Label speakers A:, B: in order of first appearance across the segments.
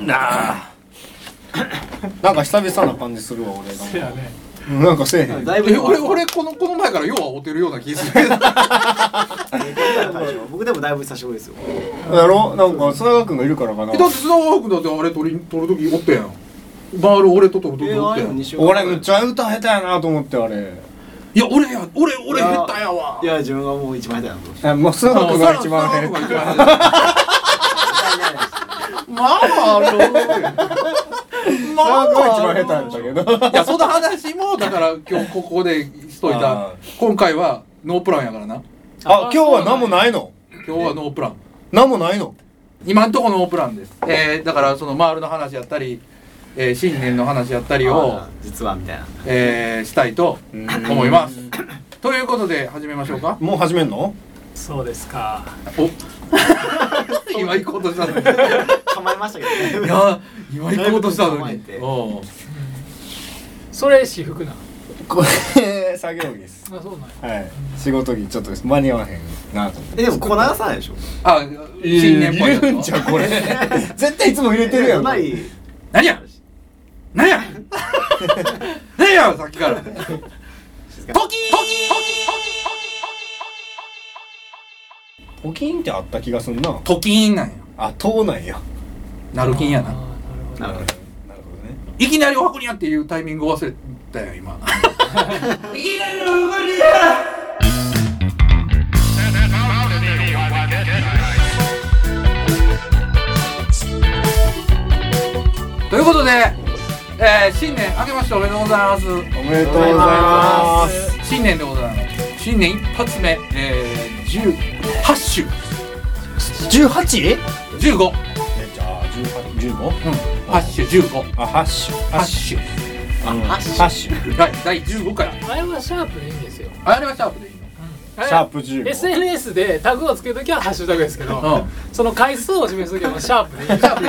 A: なあ
B: なんか久々な感じするわ俺
C: せやね
B: なんなんかせえへん
A: だいぶ
C: え俺俺このこの前からよう会うてるような気 するけど
A: 僕でもだいぶ久しぶりですよ
B: だろなんか砂川君がいるからかな
C: えだって砂川君だってあれ撮り撮る時おったやんバール俺と撮る時おったやんい
B: 俺めっちゃ歌下手やなと思ってあれ
C: や俺や俺俺下手やわ
A: いや自分がもう一番下手やなと思って
B: あもう砂川君が一番下手
C: 砂川君が一番下
B: まああの砂川君が一番下手やったけど
C: 手いやその話もだから今日ここでしとい
B: あ
C: た今回はノープランやからな
B: あ今日は何もないの
C: 今日はノープラン
B: 何もないの
C: 今んとこノープランです、えー、だからそのマールの話やったり、えー、新年の話やったりを
A: あ、ー実はみたいな
C: えー、したいと思いますということで始めましょうか
B: もう始めんの
D: そうですか。
C: お 今行こうとしたのにい
A: 構えましたけどね
C: や今行こうとしたの
A: だい
C: に
A: ぶ構えて
C: おう
D: それ私服なん。
B: これ 作業着です
D: あ、そうなんや。
B: はい仕事着ちょっと間に合わへんなと思って
A: えでもここ流さないでしょ
C: あ新年っぽ
B: 入
C: いやつ
B: れるんちゃうこれ 絶対いつも入れてるやんこ
A: な
B: れ
A: い
C: 何や何や何やさっきから時
B: ポキンってあった気がすんな
C: 時ーなんや
B: あ党なんや
C: なるきんや
D: あー
C: な
A: なるほど
B: なるほどね
C: いきなりお箱にゃっていうタイミングを忘れたよ今いきなりお箱にゃということで、えー、新年明けましておめでとうございます
B: おめでとうございます
C: 新年でございます新年一発目、えー、18週
B: 十八？え
C: 15うん
B: じゃあ十八十五？
C: 8週15
B: あハッシュ
C: ハッシュ
B: あハ
A: ハ
B: ッ
A: ッ
B: シ
A: シ
B: ュ
A: ュ
B: ハッシュ
C: 第第15回
D: あれはシャープでいいんですよ。
C: あれはシャープでいいの
D: あれ
B: シャープ十五。
D: SNS でタグをつけるときはハッシュタグですけ
C: う
D: ど
C: ん、
D: その回数を示すときはもうシャープでいい
C: シャープ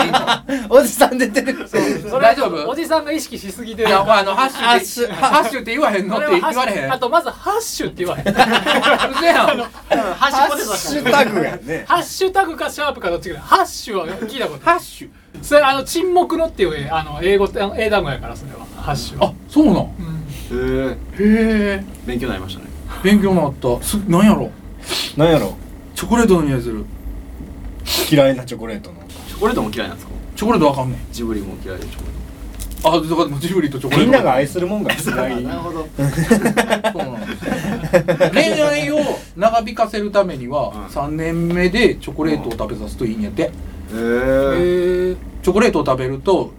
C: でいいの
B: おじさん出てる。
D: それは
C: 大丈夫
D: おじさんが意識しすぎて
C: い
D: る。
C: や、まあ、あの、ハッシュって、ハッシュって言わへんの
D: そ
C: って
D: れは
C: 言
D: ハッシュ
C: われへん。
D: あとまずハッシュって言 わへん。
C: うせやん。
A: ハ
B: ハ
A: ッ
B: ッシ
A: シュ
B: ュタグやね。
D: ハッシュタグかシャープかどっちかでハッシュは聞いたことな
C: ハ
D: い
C: ッシュ。
D: それあの沈黙のっていうねあの英語あの英単語やからそれはハッシュ
C: あ、そうなん。
D: うん
A: へえ
C: へえ。
A: 勉強になりましたね
C: 勉強になった。す、なんやろ。
B: なんやろ
C: チョコレートの匂いする。
B: 嫌いなチョコレートの。
A: チョコレートも嫌いなんですか
C: チョコレートわかんね
A: ジブリも嫌いでチョコレー
C: え。あ、だからジブリとチョコレー
B: み
C: ト。
B: んなが愛するもんが
A: ト
B: 嫌い。
A: なるほど
C: そうなんです恋愛を長引かせるために
A: う
C: は、
A: ん
C: 三年目でチョコレートを食べさすといいんやって。
A: へえ
C: え。チョコレートを食べると、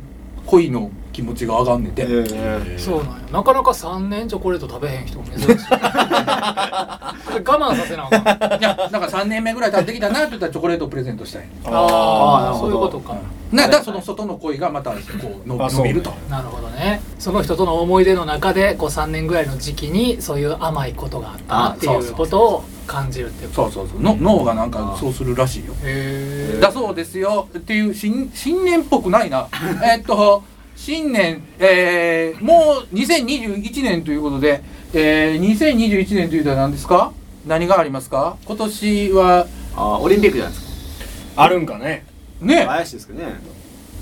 C: 恋の気持ちが上がんねて。
A: へ
D: そうなんやなかなか3年チョコレート食べへん人も珍しい これ我慢させなあかん
C: いや、だから三年目ぐらい経ってきたなって言ったら、チョコレートをプレゼントしたい。
A: あーなる
D: そ
A: ほ
D: う
A: ど
D: いうことか、
C: なだからその外の恋がまたこう伸
B: あ
C: び
B: そう
C: 伸びると
D: なるほどねその人との思い出の中でこう3年ぐらいの時期にそういう甘いことがあったなって
C: あそ
D: いう
C: そう
D: う
C: そう
D: ことを感じるっていう
C: そうそうそうの脳がなんかそうするらしいよ
D: へ
C: だそうですよっていう新新年っぽくないなえっと新年、えー、もう2021年ということで、えー、2021年というと何ですか何がありますか今年は
A: あーオリンピックじゃないです
B: あるんかね。
C: ね
A: か怪しいですけどね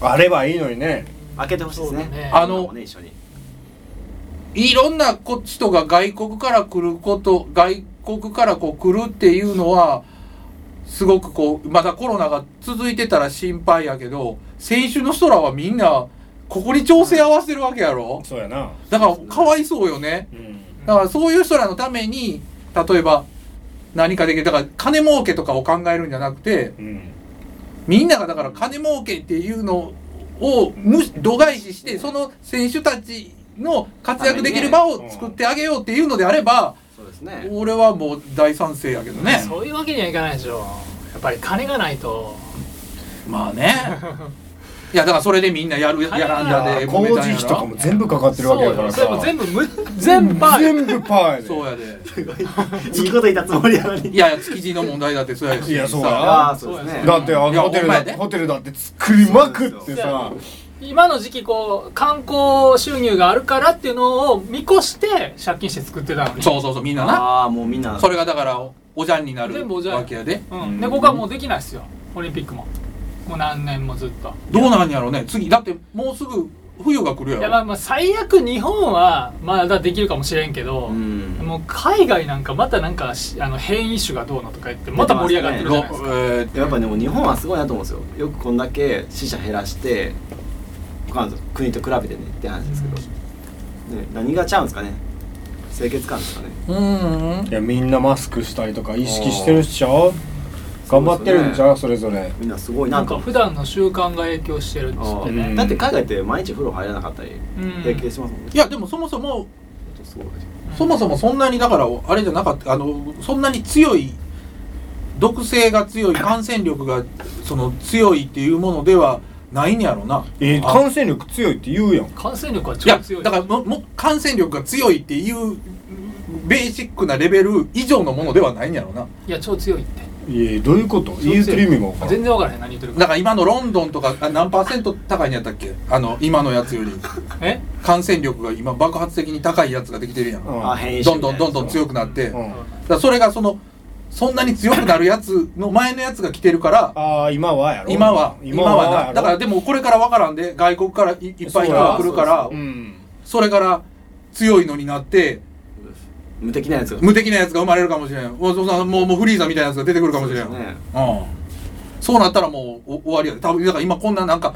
B: あればいいのにね。
A: 開けてほしいです
D: そうだ
A: ね
D: ね
C: あの
A: ね一緒に
C: いろんなこ人が外国から来ること外国からこう来るっていうのはすごくこうまだコロナが続いてたら心配やけど選手の人らはみんなここに調整合わせるわけやろ
B: そうやな。
C: だからかわいそうよね
B: うん。
C: だからそういう人らのために例えば何かできるだから金儲けとかを考えるんじゃなくて
B: うん。
C: みんながだから金儲けっていうのを無視度外視してその選手たちの活躍できる場を作ってあげようっていうのであれば
A: そうですね
C: 俺はもう大賛成やけどね
D: そういうわけにはいかないでしょやっぱり金がないと
C: まあねいやだからそれでみんなやるやらんだで
B: 工
C: 揉
B: 事
C: めたん
B: 費
C: や
B: とか
C: ろ
B: も全部かかってるわけやから
D: そうよそれ
B: さ
D: も。全部む全パー
B: 全部パーやで。
C: そうやで
A: いいこと言ったつもりやのに
C: いやいや築地の問題だってそうやし
B: いやそうや
C: さ
A: あ
B: あ
A: あそうですね
B: だってあ
C: いや
B: のホテル
C: ほんま
B: だ
C: やで
B: ホテルだって作りまくってさ。
D: 今の時期こう観光収入があるからっていうのを見越して借金して作ってたのに
C: そうそうそうみんなな
A: ああもうみんな
C: それがだからおじゃんになる
D: 全部おじゃん
C: わけやで
D: うん、で僕はもうできないですよオリンピックももう何年もずっと
C: どうなんやろうね次だってもうすぐ冬が来る
D: い
C: や
D: やま
C: ろ
D: あまあ最悪日本はまだできるかもしれんけど、
A: うん
D: もう海外なんかまたなんかしあの変異種がどうのとか言ってまた盛り上がってるじゃないですか、
C: ろえー
A: やっぱでも日本はすごいなと思うんですよよくこんだけ死者減らして他の国と比べてねって話ですけど、ね、何がちゃうんですかね清潔感ですかね
C: うーん
B: いやみんなマスクしたりとか意識してるっしょ頑張ってるんじゃうそれぞれ
A: みんなすごい
D: な
A: なんと
D: か
A: 思う
D: 普段の習慣が影響してるっつって
B: あ
D: ね
B: ー
A: だって海外って毎日風呂入らなかったり
D: うん
A: 平気しますもんね
C: いやでもそもそも
A: ほんとすごい
C: そもそもそんなにだからあれじゃなかったあのそんなに強い毒性 が強い感染力がその強いっていうものではないんやろな。
B: えー
C: あ
B: 感染力強いって言うやん
D: 感染力はい超
C: や
D: 強い
C: だからもも感染力が強いっていうベーシックなレベル以上のものではないんやろな。
D: いや超強いって
B: えどういうこと
D: 超強い
B: 言うてる意味が分からん
D: 全然分からへん何言ってる
C: だ
D: か
C: から今のロンドンとかあ何パーセント高いんやったっけあの今のやつより
D: え
C: 感染力が今爆発的に高いやつができてるやん。
B: うん
A: あ変異
C: ど
A: 種
C: ん
A: みた
C: ど
A: いな
C: んどんどん強くなって。
B: う
C: だか
B: ん
C: らそれがそのそんなに強くなるやつの前のやつが来てるから
B: ああ今はやろ
C: 今は今はなだから
B: で
C: でもこれからわからんで外国からいいっぱい人が来るから
A: そう
C: そ
B: うん
C: れから強いのになって
A: 無敵なやつが
C: 無敵なやつが生まれるかもしれんもうそうもうもうフリーザみたいなやつが出てくるかもしれん
A: そうですね
C: うん、そうなったらもうお終わりやで多分だから今こんななんか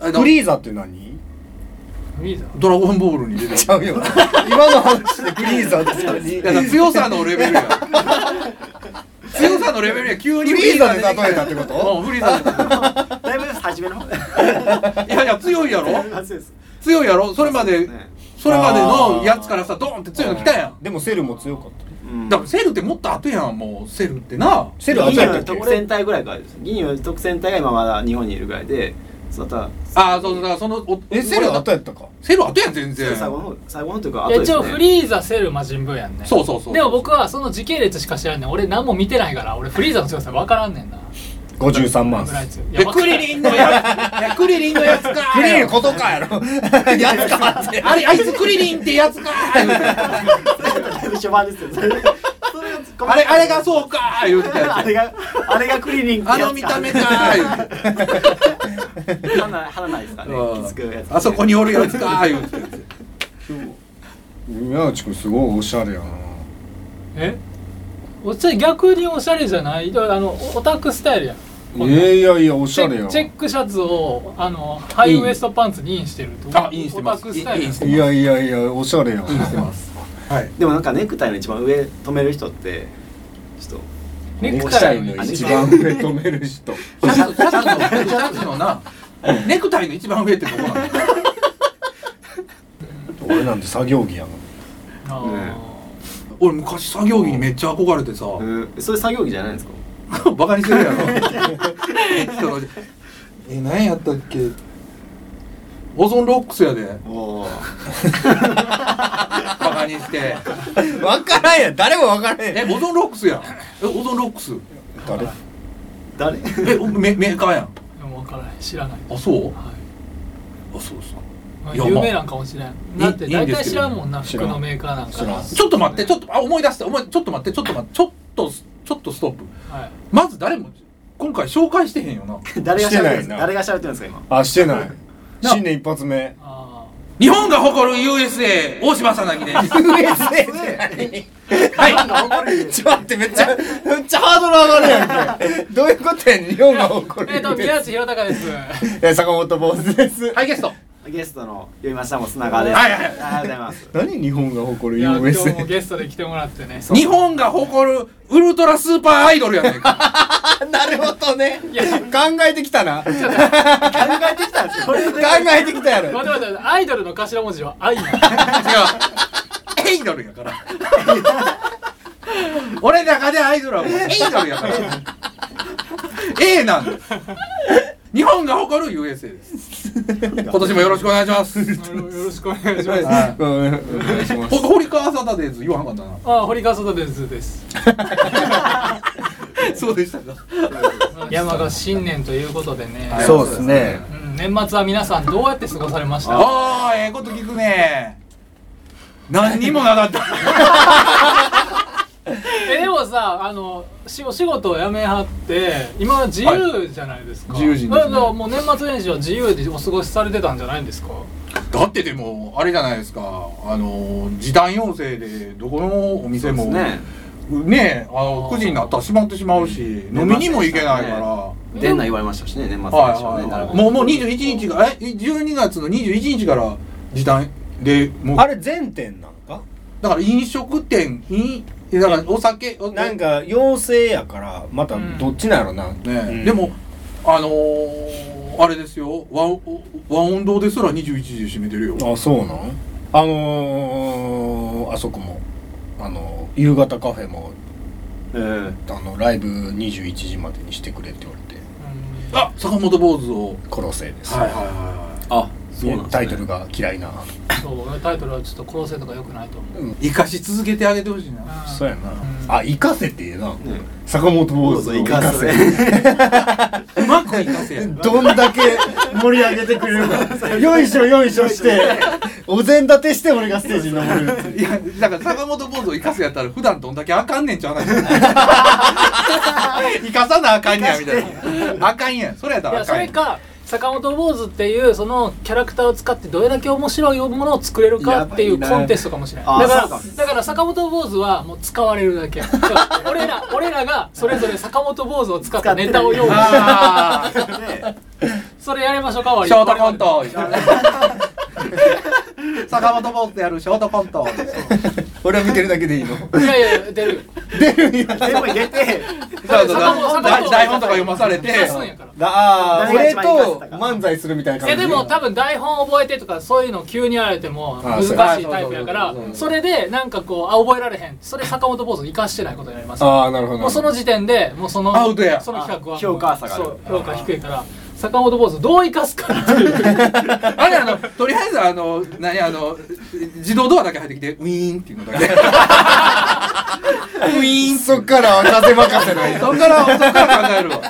C: あの
B: フリーザって何
D: いいぞ
C: ドラゴンボールに出て
B: ちゃうよ 今の話でフリーザって
C: る だから
B: 何
C: 強さのレベ ルや強さのレベルや急に
B: フリーザで
C: 出てき
B: 例えたってこと
C: うんフリーザで例えた
A: だいぶ初めの方
C: いやいや強いやろ
A: 初です
C: 強いやろそれまで
A: ね
C: それまでのやつからさドーンって強いの来たや ん
B: でもセルも強かった
A: うん
C: だからセルってもっと後やんもうセルってな
B: セルは強かったっ
A: 銀
B: け
A: の特戦隊ぐらいからです銀の特戦隊が今まだ日本にいるぐらいでそうだったら
C: ああそうそうだからそのお
B: えセル
C: 俺ら
B: 後やったか
C: セル後やん全然
A: 最後の方最後の方というか
D: い
A: 後
D: や
A: で
D: 一
A: す
D: 応
A: ね
D: フリーザセル魔人ブーやんね
C: そうそうそう
D: でも僕はその時系列しか知らんねん俺何も見てないから俺フリーザの強さ分からんねんな
B: 53万
D: ぐらい強いい
C: いや
D: や
C: クリリンの やついやクリリンのやつか
B: フリーのことかや ろやつかって
C: あれあいつクリリンってやつ か
A: だいぶ序盤ですよそれそれが突っ込ま
C: あれあれがそうか言うてた
A: あ
C: や
A: れがあれがクリリン
C: つ
A: ってやつか
C: あの見た目か言うて
A: 花花ないですかね
C: うん
A: 気づくやつ
C: あそこにおるやつか言うて
B: 宮内くんすごいおしゃれやな
D: えおちゃ逆におしゃれじゃないだからあのオタクスタイルやん
B: いやいやいやおし
D: チ
B: ゃ
D: ェ
B: れや
D: ックチェックシャツをあのハイウエストパンツにインしてると
C: あインしてます
D: オタクスタイル
C: インして
B: いやいやいやおしゃれやん
C: ます はい
A: でもなんかネクタイの一番上止める人ってちょっ
D: ネクタイの
A: ネク
B: 一
A: タイの
B: 番上止める人
C: シャツシャツのシャツのなネクタイの一番上ってどこなの
B: 俺なんて作業着やん
D: あー
A: ね
C: 俺昔作業着にめっちゃ憧れてさ、
A: と、うん、それ作業着じゃないんですか
C: バカにするやろ 人のえ何やったっけオゾンロックスやで
A: おお
C: バカにして
B: 分からんやん誰も分からん
C: え
B: やん
C: オゾンロックスやんえオゾンロックス
B: 誰
A: 誰
C: えメメーカーやん
D: でも分からない知らない、
C: あそう
D: は
C: あそうですか
D: い
C: いや
D: 有名なんかもしれん
C: い
D: だって
C: いいん
D: 大
C: ですけど
D: 体知らんもんな
B: 知
D: 服
B: らん
D: のメーカーなんか
B: 知ら
D: は
B: ん
C: ちょっと待ってちょっとあ思い出した思いちょっと待ってちょっと待ってちょっとちょっとストップ
D: はい
C: まず誰も今回紹介してへんよな
A: 誰が喋ってるん
B: してない
A: です
B: な
A: か誰が喋ってるんですか今
B: あしてない
C: な
B: 新年一発目
D: あ
C: 日本が誇る USA 大島さな ぎです
B: USA
C: はい
B: ちょっと待ってめっちゃめっちゃハードル上がるやんけどういうことやねん日本が
D: ー
B: 誇
D: えっ、
B: る
D: と宮内弘隆です
B: え坂本坊主です
C: はいゲスト
A: ゲストの読みましたもん砂川です
C: はいはいはい
A: ありがとうございます
B: 何日本が誇
D: い
B: る
D: や今日
B: USA
D: もゲストで来てもらってね
C: 日本が誇るウルトラスーパーアイドルやねんか
B: なるほどね
D: いや
B: 考えてきたな考
A: 考えてきたんですよこれで
B: えてきたやろ
D: 待って待ってアイドルの頭文字は愛なん
C: 違 うアイドルやから俺の中でアイドルはもうアイドルやから A なんです日本が誇る USA です今年もよろしくお願いします
D: よよろしくお願いします
B: はいごめんお願いします
C: ほ堀川サタデーズ言わなかったな
D: あ堀川聡ですです
C: そうでしたか
D: 山が新年ということでね、
C: はい
B: そうですね
D: うん年末は皆さんどうやって過ごされました
C: ああええこと聞くね何にもなかった
D: えでもさあのしお仕事を辞めはって今は自由じゃないですか、
C: はい自由人で
D: だ
C: す
D: か
C: ね
D: らもう年末年始は自由でお過ごしされてたんじゃないんですか
C: だってでもあれじゃないですかあの時短要請でどこのお店も
A: そうですね
C: ねねあの9時になったら閉まってしまうし、
A: ん
C: 飲みにも行けないから、
D: ね
A: 店内言われましたしね年末年
C: はい
A: 始はね
C: はい
A: 並
C: は
A: ぶ
C: い、もうもう21日がえ12月の21日から時短でもう
B: あれ全店なんか
C: だから飲食店飲だからお酒お
B: なんか陽性やからまたどっちなんやろな、
C: ね、
B: うん
C: でもあのー、あれですよ和和音堂ですら21時で閉めてるよ
B: あそうなんあのー、あそこもあのー夕方カフェも
A: えー
B: あのライブ21時までにしてくれって言われて
C: あ坂本坊主を
B: 「コロセイ」です、
C: いはいは
A: あそうなんですね
B: タイトルが嫌いな、
D: そうタイトルはちょっと殺せとかよくないと思
B: う
D: う、
B: ん、
C: 生かし続けてあげてほしいな
B: そうやな、
D: ん
B: あ行かせってええな、
A: ね
B: 坂本坊
A: 坊
B: 主
A: 主
B: を
A: を
B: 行
A: 生
B: か
A: か
B: せ
A: せ
C: うまく生かせや
B: どんだけ盛り上げてくれるかよいしょよいしょしてお膳立てして俺がステージに登るっていう
C: いやだから坂本坊主を生かすやったら普段どんだけあかんねんちゃうな 生かさなあかんやみたいなあかんやんそれやった
D: い
C: ら
D: や
C: あ
D: そ
C: かんや
D: れ
C: ん
D: か坂本坊主っていうそのキャラクターを使ってどれだけ面白いものを作れるかっていう
A: やばい
D: コ
A: な
D: ンテストかもしれない
A: あ
D: だから
A: そうか
D: だから坂本坊主はもう使われるだけそう俺ら俺らがそれぞれ坂本坊主を使ったネタを用意して
C: ああ
A: ね
D: それやりましょうかわり
C: ショートコ ント坂本坊主やるショートコント
B: 俺は見てるだけでい いの
D: いやいや出る
B: 出るんや
A: でも入れて
C: そうそう
D: 坂本
C: だ
D: 坂本
C: 台本とか読まされて
D: 出すんやから
B: ああ俺
A: 誰が一番生かせ
B: と
A: たか
B: 漫才するみたいな感
D: いや
B: じ
D: でも多分台本覚えてとかそういうの急にやられても
B: あそ
D: 難
B: う
D: しいタイプやから
C: そうそうそうそ
D: そうれでなんかこうあ覚えられへんそれ坂本坊主生かしてないことになります
B: ああなるほど
D: もうその時点でもうその
C: アウトや
D: その企画は
A: あ評価差がある
D: そう評価低いから坂本坊主どう生かすかっていう
C: あれあのとりあえずあの何あの自動ドアだけ入ってきてウィーンっていうのだけウィーン
B: そっから風任せない
C: そっからそっから考えるわ
A: し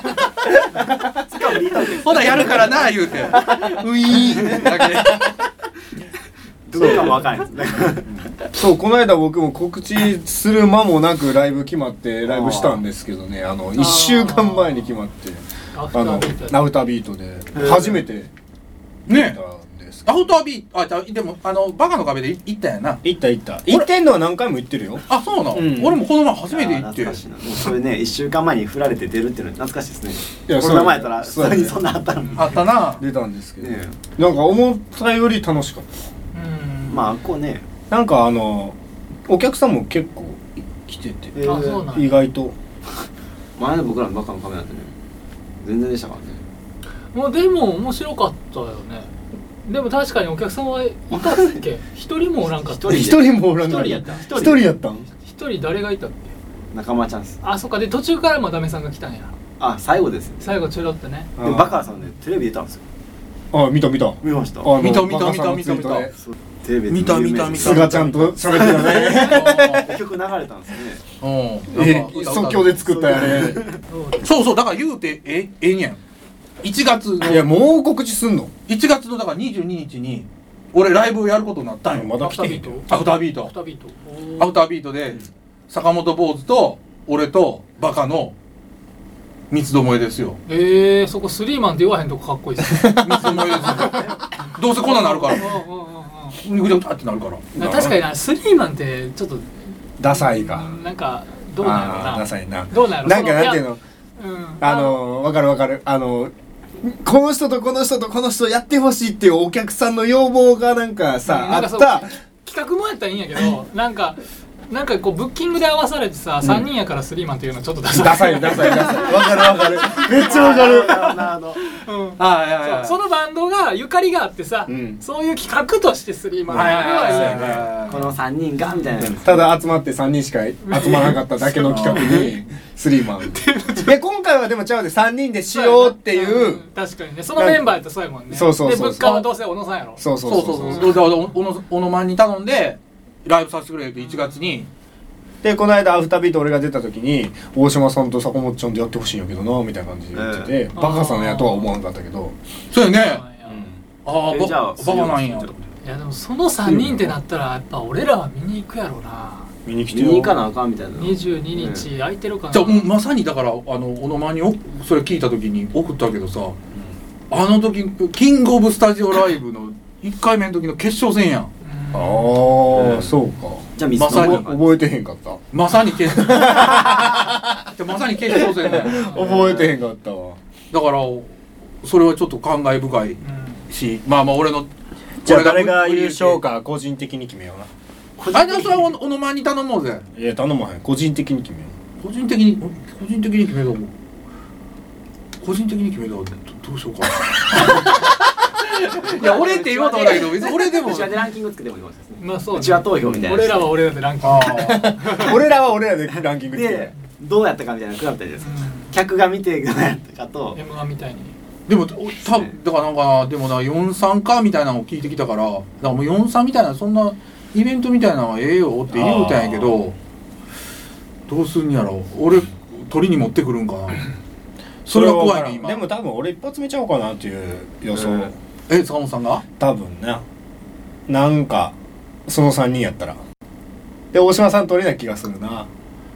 A: かもリーダー
C: ほなやるからな言うてウィーンだけ
A: どうかもわからないですね
B: そうこの間僕も告知する間もなくライブ決まってライブしたんですけどねあの1週間前に決まって
D: アフタ
B: あ
D: ー
B: の
D: ビート
B: ナ
D: や
B: ウタービートで初めて行っ
C: ね
B: たんですけ
C: ア
B: ど
C: ウトビーあじゃあでもあのバカの壁で行ったやな
B: 行った行った行ってんのは何回も行ってるよ
C: あそうなの、
B: うん
C: 俺もこの前初めて行っ
A: 懐
C: て
A: かしいなもうそれね1週間前に振られて出るっていうの懐かしいです
B: いや
A: ねこの前やったら
B: そ
A: そう
B: だ
A: れ
B: ね
A: にそんなんあったのにね
C: あったな
B: 出たんですけど
A: え
B: なんか思ったより楽しかった
D: うん
A: まあこうね
B: なんかあのお客さんも結構来てて
A: えー
D: あそうなん
B: 意
D: や
B: 外と
A: 前の僕らのバカのカメなんてね全然でしたからね
D: もうでも面白かったよねでも確かにお客さんはいたっけ一人もおらんかった
A: 一人
B: 一人もおらん
D: 一
B: か
D: 人やった
B: 一人やったん
D: 一人誰がいたっけ
A: 仲間チャンス
D: あそっかで途中からまだめさんが来たんや
A: あ最後です
D: 最後ちょろってね
A: でもバカさんねテレビ出たんですよ
B: あ見た見た
A: 見ました
B: あの
C: 見た見た
B: バカさんの
C: 見た見た
B: ツイートで
C: 見
A: テレビ
C: 見た見た見た
B: 菅ちゃんと喋ってた ね
A: た曲流れたんですよね
C: うん
B: え
C: なんか歌
B: 即興で作ったやね
D: そう
C: そうそうだから言うてえええんやん1月の
B: いやもう告知すんの
C: 1月のだから22日に俺ライブをやることになったんよ
B: まだ来てへん
D: アフタービート
C: アフタービート
D: アフタービートおー
C: アフタービートで坂本坊主と俺とバカの三つどもえですよ
D: えー、そこスリーマンって言わへんとこかっこいいっ すね
C: 三つどもえですよどうせこんなんな るから
D: うんうんうんうん
C: ぐちゃぐちゃってなるから
D: な確かになスリーマンってちょっと
B: ダサいが
D: なんかどうなんやろ
B: あー
D: な
B: ダサいな
D: どうなんやろ
B: なんかなんていう
D: の
B: の
D: やうん
B: あのわかるわかるあのこの人とこの人とこの人やってほしいっていうお客さんの要望がなんか
D: う
B: さ
D: んなん
B: あ
D: か
B: っ
D: そう
B: た
D: 企画もやったらいいんや けどなんかなんかこうブッキングで合わされてさ、三3人やからスリーマンっていうのはちょっとダサい
B: ダサいダサいダサいわかるわかるめっちゃわかる
A: あの
D: うん
C: ああいやい や
D: そうそのバンドがゆかりがあってさ、
B: うん
D: そういう企画としてスリーマン
C: はいはいはい
D: や
C: はい
D: るのはいいよね
C: はい
A: この3人がみたいな
B: ただ集まって3人しか集まらなかっただけの企画にスリーマン で今回はでもちゃうで3人でしようっていう
D: うん確かにねそのメンバーやったらそうやもんね
B: そうそうそうそう
D: で物価はどうせ小野さんやろ
B: そう
C: そ
B: そうう
C: そ
B: そうう
C: そう
B: そう
C: そうだからおのおのまんに頼んでライブさせてくれって1月に
B: でこの間アフタービート俺が出た時に大島さんと坂本ちゃんでやってほしいんやけどなみたいな感じで言ってて、
A: え
B: バカさんやとは思わなかったけど、
C: そうよね
D: そうなんや
C: ああ
A: え
C: バ
A: じゃあ
C: バカなんや
A: ちょっと
D: いやでもその3人ってなったらやっぱ俺らは見に行くやろうな
E: 見に来て
A: 見に行かなあかんみたいな
D: 22日空いてるかな
C: じゃあもうまさにだからあの小野間におそれ聞いた時に送ったけどさあの時キングオブスタジオライブの1回目の時の決勝戦やん
B: あ
D: う
B: あ、
A: うん
B: そうか
A: じゃあ水
C: まさに
A: 飲もうか
B: 覚えてへんかった
C: まさに決じゃあまさに決勝戦だよ
B: 覚えてへんかったわ
C: だからそれはちょっと感慨深い
D: んうん
C: しまあまあ俺の
E: じゃあ
C: 俺
E: 誰が優勝か個人的に決めような
C: あじゃあそれは小野間に頼もうぜ
E: いや頼まへん個人的に決めよ
C: 個人的に個人的に決めたもん個人的に決めたどどうしようかないや俺って言おうと思っ たけど別に俺でも
A: うちわでランキングつけてもいいかもしれないですね
D: まあそう
A: うちわ投票みたいな
D: 俺らは俺らでランキン
C: あ
D: グ
C: あ
B: 俺らは俺らでランキングつける
A: でどうやったかみたいなの比べたじゃないですか客が見てどうやったかと
D: m 1みたいに
C: でもお多分だからなんかなでもな43かみたいなのを聞いてきたからだからもう43みたいなそんなイベントみたいなのはええよって言うたんやけどどうすんやろ俺鳥に持ってくるんかな
E: う
C: それが怖いね今
E: でも多分俺一発目ちゃおうかなっていう予想、
A: うん
C: え坂本さんが
E: 多分ななんかその3人やったらで大島さん取れない気がするな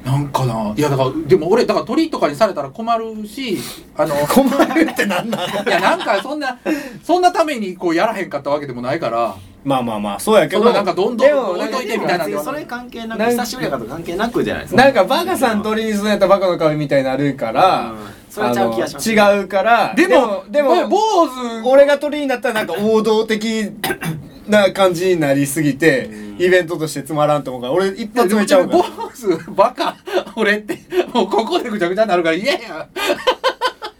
C: なんかないやだからでも俺だから鳥とかにされたら困るしあの
E: 困るってなんなん
C: いやなんかそんなそんなためにこうやらへんかったわけでもないから
E: まあまあまあそうやけ
C: そ
E: ど
C: んななんかどんど
B: で
C: ん
B: も
C: 置いといてみたいな
A: 別
C: んで
A: にそれ関係なく
B: なん
A: 久しぶりやからと関係なくじゃないですか
B: なんかバカさん鳥にすんやったらバカの顔みたいになるから、
A: うんそれはちゃう気がします
B: あの違うから
C: でも
B: でもでも
C: 坊主
B: 俺が鳥になったらなんか王道的な感じになりすぎて
A: うん
B: イベントとしてつまらんと思うから俺一発
C: でも
B: 目ちゃうか
C: 坊
B: ら
C: 主バカ俺ってもうここでぐちゃぐちゃになるから嫌や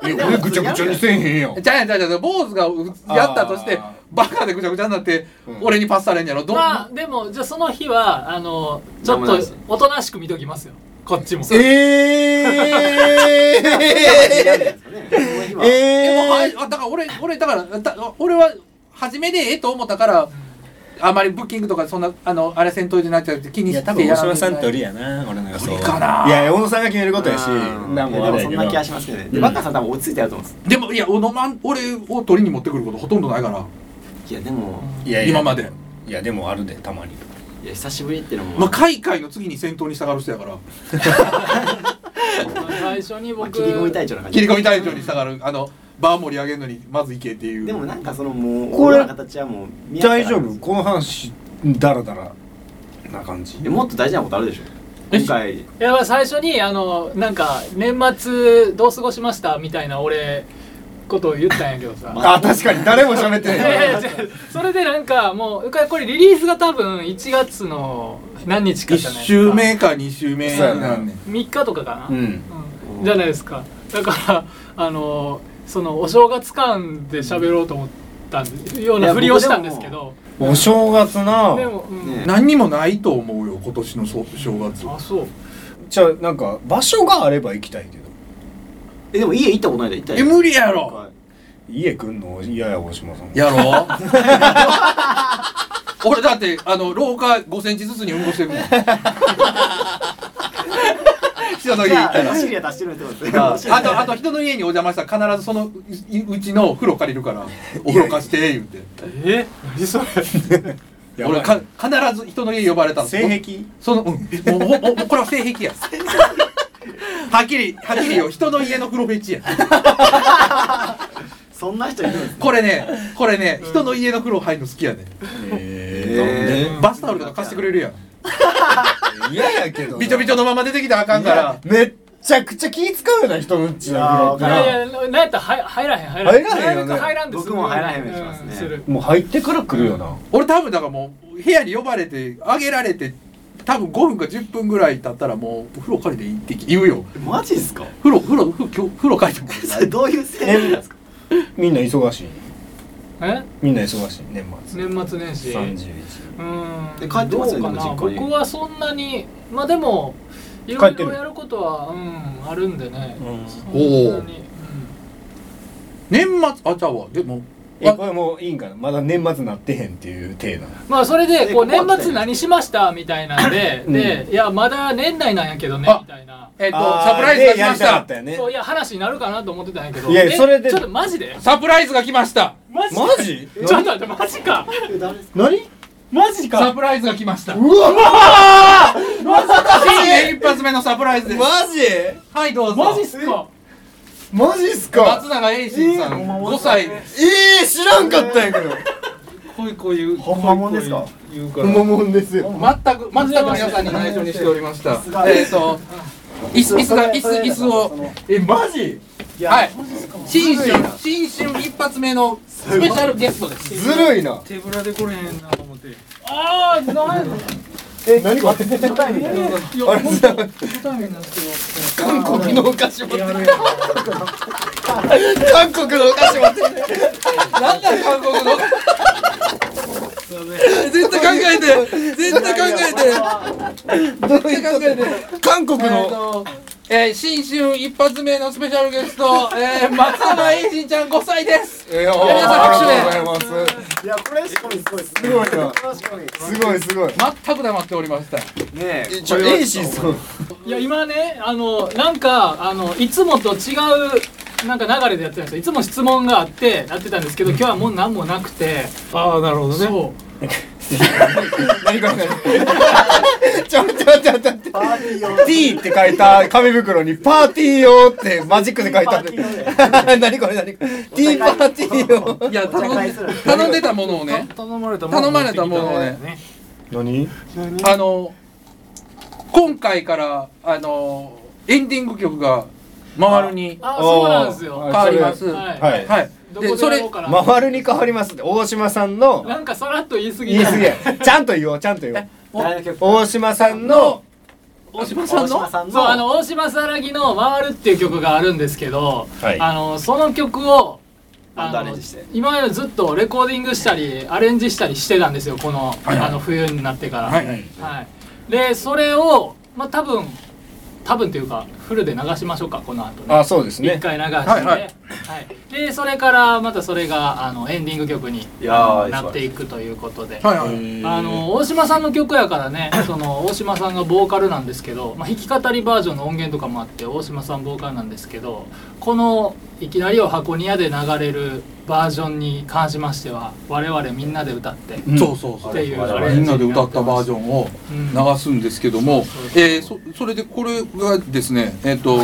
B: え俺ぐちゃぐちゃにせえへんやん
C: じゃあやじゃあじゃあ坊主がやったとして
B: あ
C: バカでぐちゃぐちゃになって
B: うん
C: 俺にパスされんやろどん
D: まあでもじゃあその日はあのちょっ
A: なんもない
D: と
A: です
D: おとなしく見ときますよこっちも
B: えー
A: え
C: でもは
B: え
C: いあだから俺俺だからだ俺は初めでええと思ったからあまりブッキングとかそんなあのあれ戦闘じゃなくて気に
E: い
C: し
E: や
C: て
E: 多分
C: や
E: 大
C: らん
E: 島
C: で
E: さん鳥やな俺の予想
C: 鳥かない
B: や小野さんが決めることやし
A: うん
B: なん
A: い
B: もあ
A: やでも
B: れ
A: そん
B: や
A: な
B: け
A: 気
B: ど
A: がしますけどね
E: う
A: で
E: ん
A: バカさん多分落ち着いてやると思うんです
C: でもいやおのまん俺を鳥に持ってくることほとんどないから
A: いやでも
E: いやいや
C: 今まで
E: いやでもあるでたまに
A: いや久しぶりってのも
C: まあ海外の次に戦闘に従う人やから
D: 最初に
A: まあ
D: 僕
A: 切り込み隊長な感じ
C: 切り込み隊長に従うあのバー盛り上げるのにまず行けっていう
A: でもなんかそのもう
B: これ
A: 俺の形はもう見合って
B: 大
A: な
B: 丈
A: かった
B: 夫この話ダラダラな感じ
A: えもっと大事なことあるでしょ今回
D: いや最初にあのなんか年末どう過ごしましたみたいな俺ことを言ったんやけどさ
A: ま
B: あ確かに誰も喋って
D: い
B: な
D: やい
B: い
D: や違うそれでなんかもうこれリリースが多分1月の何日か
C: 1
D: じゃないです
C: 周
D: か
C: 目か2周目
B: そうやな
C: なんねん
D: 3日とかかな、
B: うん
A: うん
D: じゃないですかだからあのそのお正月感で喋ろうと思ったんでようなふりをしたんですけど
E: お正月な
D: でも、うん
A: ね
C: 何にもないと思うよ今年のそ正月
D: あそう
B: じゃあなんか場所があれば行きたいけど
A: えでも家行ったことないで行った
C: え無理やろ
A: はい
E: 家来んの嫌や大島さん
C: やろ 俺だってあの廊下5センチずつにうんこしてるもん人の家
A: じ
C: 行
A: ゃ
C: ったら
A: あシリア出してるってことです
C: あ
A: ね
C: とあと人の家にお邪魔したら必ずそのううちの風呂借りるからお風呂貸して言って
D: え何それ
B: やばい
C: 俺か必ず人の家呼ばれたの
E: 性癖
C: その、うん、もうほほもうこれは性癖 や。はっきり、はっきりよ、人の家の風呂フェチや。
A: そんな人いるんですね
C: これね、これね、人の家の風呂入るの好きやね。
A: えー
C: バスタオルとか貸してくれるやん。
B: なんで嫌やけど
C: びちょびちょのまま出てきたらあかんから。
B: めっちゃくちゃ気使うよな人のうちの風呂って
D: い
A: いや
D: やいやなんやったら入入らへん入らへん
B: 入らへんよね
D: なか入らんです
A: 僕も入らへんようにしますね
D: る
B: もう入ってから来るよな
C: 俺多分だからもう、部屋に呼ばれて、あげられて、多分5分か10分ぐらい経ったらもう、風呂借りていいって言うよ。
A: マジですか
C: 風呂、風呂、風呂今日、風呂借りても いい
A: それどういう性なんですか
E: みんな忙しい
D: え
E: みんな忙しい年末
D: 年末年始
E: 31
D: う
A: で
D: ん
A: 帰ってます
D: どうかな
A: でも実家に
D: 僕はそんなにまあでもいろいろやることはうんあるんでね、
E: う
D: そんな
C: おー
D: に
C: 年末、あ、ちゃうわ。でも、
E: えこれもういいんかなまだ年末なってへんっていう体なの
D: うんまあそれでこう
A: え
D: 年
A: ここは
D: 末何しましたみたいなんで、でいやまだ年内なんやけどね
C: あ
D: みたいな
C: えっと、
E: あー
C: サプライズが来
E: や
C: ま
E: り
C: した
E: か
C: た
E: っ。たよね
D: そういや話になるかなと思ってたんやけど
E: いや
D: え
E: それで
D: ちょっとマジで
C: サプライズが来ました。
D: マジ
E: マジ
D: でちょっと待ってマジか
A: え誰ですか
E: 何
D: マジ
C: サプライズが来ました。
B: うわ
C: 新年 一発目のサプライズです。
B: マジ
C: はい、どうぞ。
D: マジっすか
B: マジっすか
C: 松永英信さん、5歳です。
B: えー、知らんかったんやけど。
C: こういう、こういう。
B: ほんまもんですか
C: 言うか
B: ほ
C: ら。
B: んまもんですよ。
C: 全く、全く皆さんに内緒にしておりました。えっ、と、椅子、椅子が、椅子、椅子を。
B: え、マジ
C: はい。新春、新春一発目のスペシャルゲストです。
B: ずるいな。
D: 手ぶらで来れへんなと思ってああなんや
B: え、何これ
D: いや
B: あれ
D: 本当初対面なんですけど
B: 韓国のお菓子持って
D: やる
B: 韓国のお菓子持って
C: なんだよ韓国の。 絶対考えて、絶対考えて、絶対考えて。
B: 韓国
C: えー
B: の
C: とえー、新春一発目のスペシャルゲスト、えー、松永英信ちゃん5歳です。
B: えー、
C: 皆
B: あ
C: さ
B: りがとうございます
F: いやこれ仕込みすごいです
B: すごいな
F: 確かに
B: すごいすごい
C: 全く黙っておりました。
A: ねえ
B: えちょエイシーさん
D: いや今ねあのなんかあのいつもと違うなんか流れでやってたんですよいつも質問があってやってたんですけど今日はもう何もなくて
C: ああ、なるほ
D: そ
B: 何これ何ちょ待って待って待って待って
F: パーティー用
B: T って書いた紙袋にパーティー用ってマジックで書いてある何これ何これ T パーティー用
C: いや、
F: お茶
C: 頼
F: 会
C: ん
F: する
C: 頼んでたものをね、
G: 頼まれたもの
C: 頼まれたものをね、
B: 何
C: あの、今回から、あの、エンディング曲が回るに
D: うあそうなんですよ
B: あ
D: は、
B: ー
C: 変わります。
B: それ
C: はい
B: はい
C: い。
D: ど
C: で、
D: こ
C: そ
D: でや
C: れ
D: ろう、かな
B: 回るに変わりますって大島さんの
D: なんかさらっと言い過ぎ
B: 言い過ぎやちゃんと言おうちゃんと言おう
A: 誰の曲
B: 大島さんの
C: 大島さんの
A: さん
D: そうあの大島さらぎの「回る」っていう曲があるんですけど、
B: はい
D: あのその曲をあ
A: アレ
D: の
A: ンジして
D: 今までずっとレコーディングしたりアレンジしたりしてたんですよこの,、
B: はいはい
D: あの冬になってから。
C: はいはい
D: はいでそれをまあ多分多分というかフルで流しましょうかこの後ね。
B: あそうです
D: 一
B: ね
D: 回流して、ね
C: は
D: はいい
C: はい
D: でそれからまたそれがあのエンディング曲に
A: いやー
D: なっていくということで、
C: はいはい。
D: あ
B: あ
D: の大島さんの曲やか らねその大島さんがボーカルなんですけど、まあ、弾き語りバージョンの音源とかもあって大島さんボーカルなんですけどこの「いきなりを箱庭」で流れるバージョンに関しましては我々みんなで歌って、
B: うん
C: そうそうそう
D: っていう
A: あ
D: れ
C: みんなで歌ったバージョンを
D: うん
C: 流すんですけども、えー、そそれでこれがですねえっ、と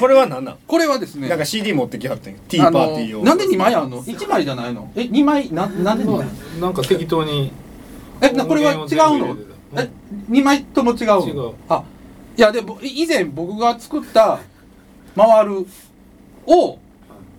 B: これは何なん
C: これはですね
B: なんか CD 持ってきはったんや T パーティー
C: あ
B: 用
C: のなんで2枚あんの ?1 枚じゃないのえ2枚ななんで2枚
G: なんか適当に
C: えなこれは違うのえ2枚とも違うの
G: 違う
C: あいやでも以前僕が作った「回る」を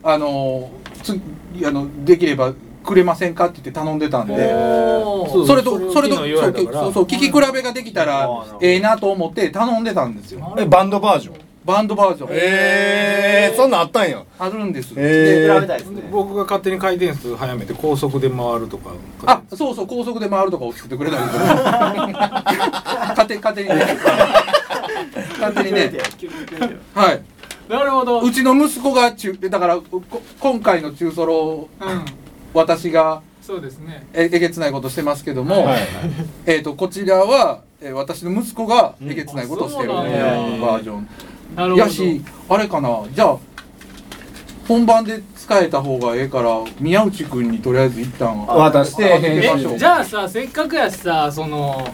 C: あのつあのできればくれませんかって言って頼んでたんで。
D: おー
G: そう
C: それと、そ
G: そ
C: れ
G: れ
C: と、そ
G: を昨
C: う
G: 日言われたから
C: そうそう、聞き比べができたらええなと思って頼んでたんですよ。
B: えバンドバージョン
C: バンドバージョン。
B: えー、そんなんあったんや
C: あるんです。
B: え
A: で比べ
B: ー、
A: たいですね
G: 僕が勝手に回転数早めて高速で回るとか
C: あ、そうそう、高速で回るとかを作ってくれたんですよ。勝手に、勝手にね。勝手にね。はい。
D: なるほど、
C: うちの息子が中、だから、こ今回の中ソロを、
D: うん、
C: 私が
D: そうですね
C: ええげつないことしてますけども、
B: はい
C: えっと、こちらは、えー私の息子がえげつないことをしてる、
D: うんあそうなんや
C: バージョン。
D: なるほど
C: やしあれかなじゃあ本番で使えた方がええから宮内くんにとりあえず一旦
A: あ
B: 渡して
C: え
B: 編集
D: えじゃあさせっかくやしさその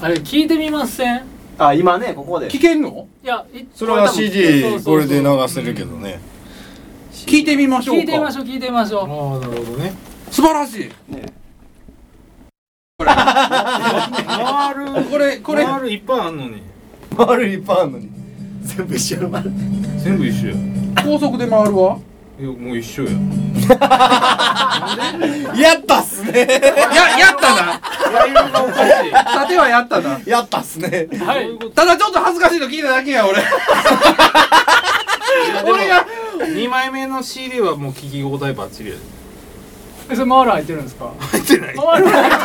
D: あれ聞いてみません
A: あ今ねここで
C: 聞けんの
D: いやい
B: それは CD
D: そうそうそう
B: これで流せるけどね
C: 聞いてみましょうか
D: 聞いてみましょう聞いてみましょ
G: あ
D: う
G: ーなるほどね
C: 素晴らしい
A: ね
G: 回る
C: これこれ
G: 回るいっぱいあんのに
B: 丸いっぱいあんのに
A: 全部一緒の丸
G: 全部一緒や
C: 高速で回るわ
G: いやもう一緒や
B: やったっすね
C: ややった な
G: 回路がおかしい
C: さてはやったな
B: やったっすね
D: はい
C: ただちょっと恥ずかしいの聞いただけや俺俺が
G: 2枚目の CD はもう聞き応えバッチリやで
D: えそれ回る入ってるんですか
G: 入ってない
D: 回る入って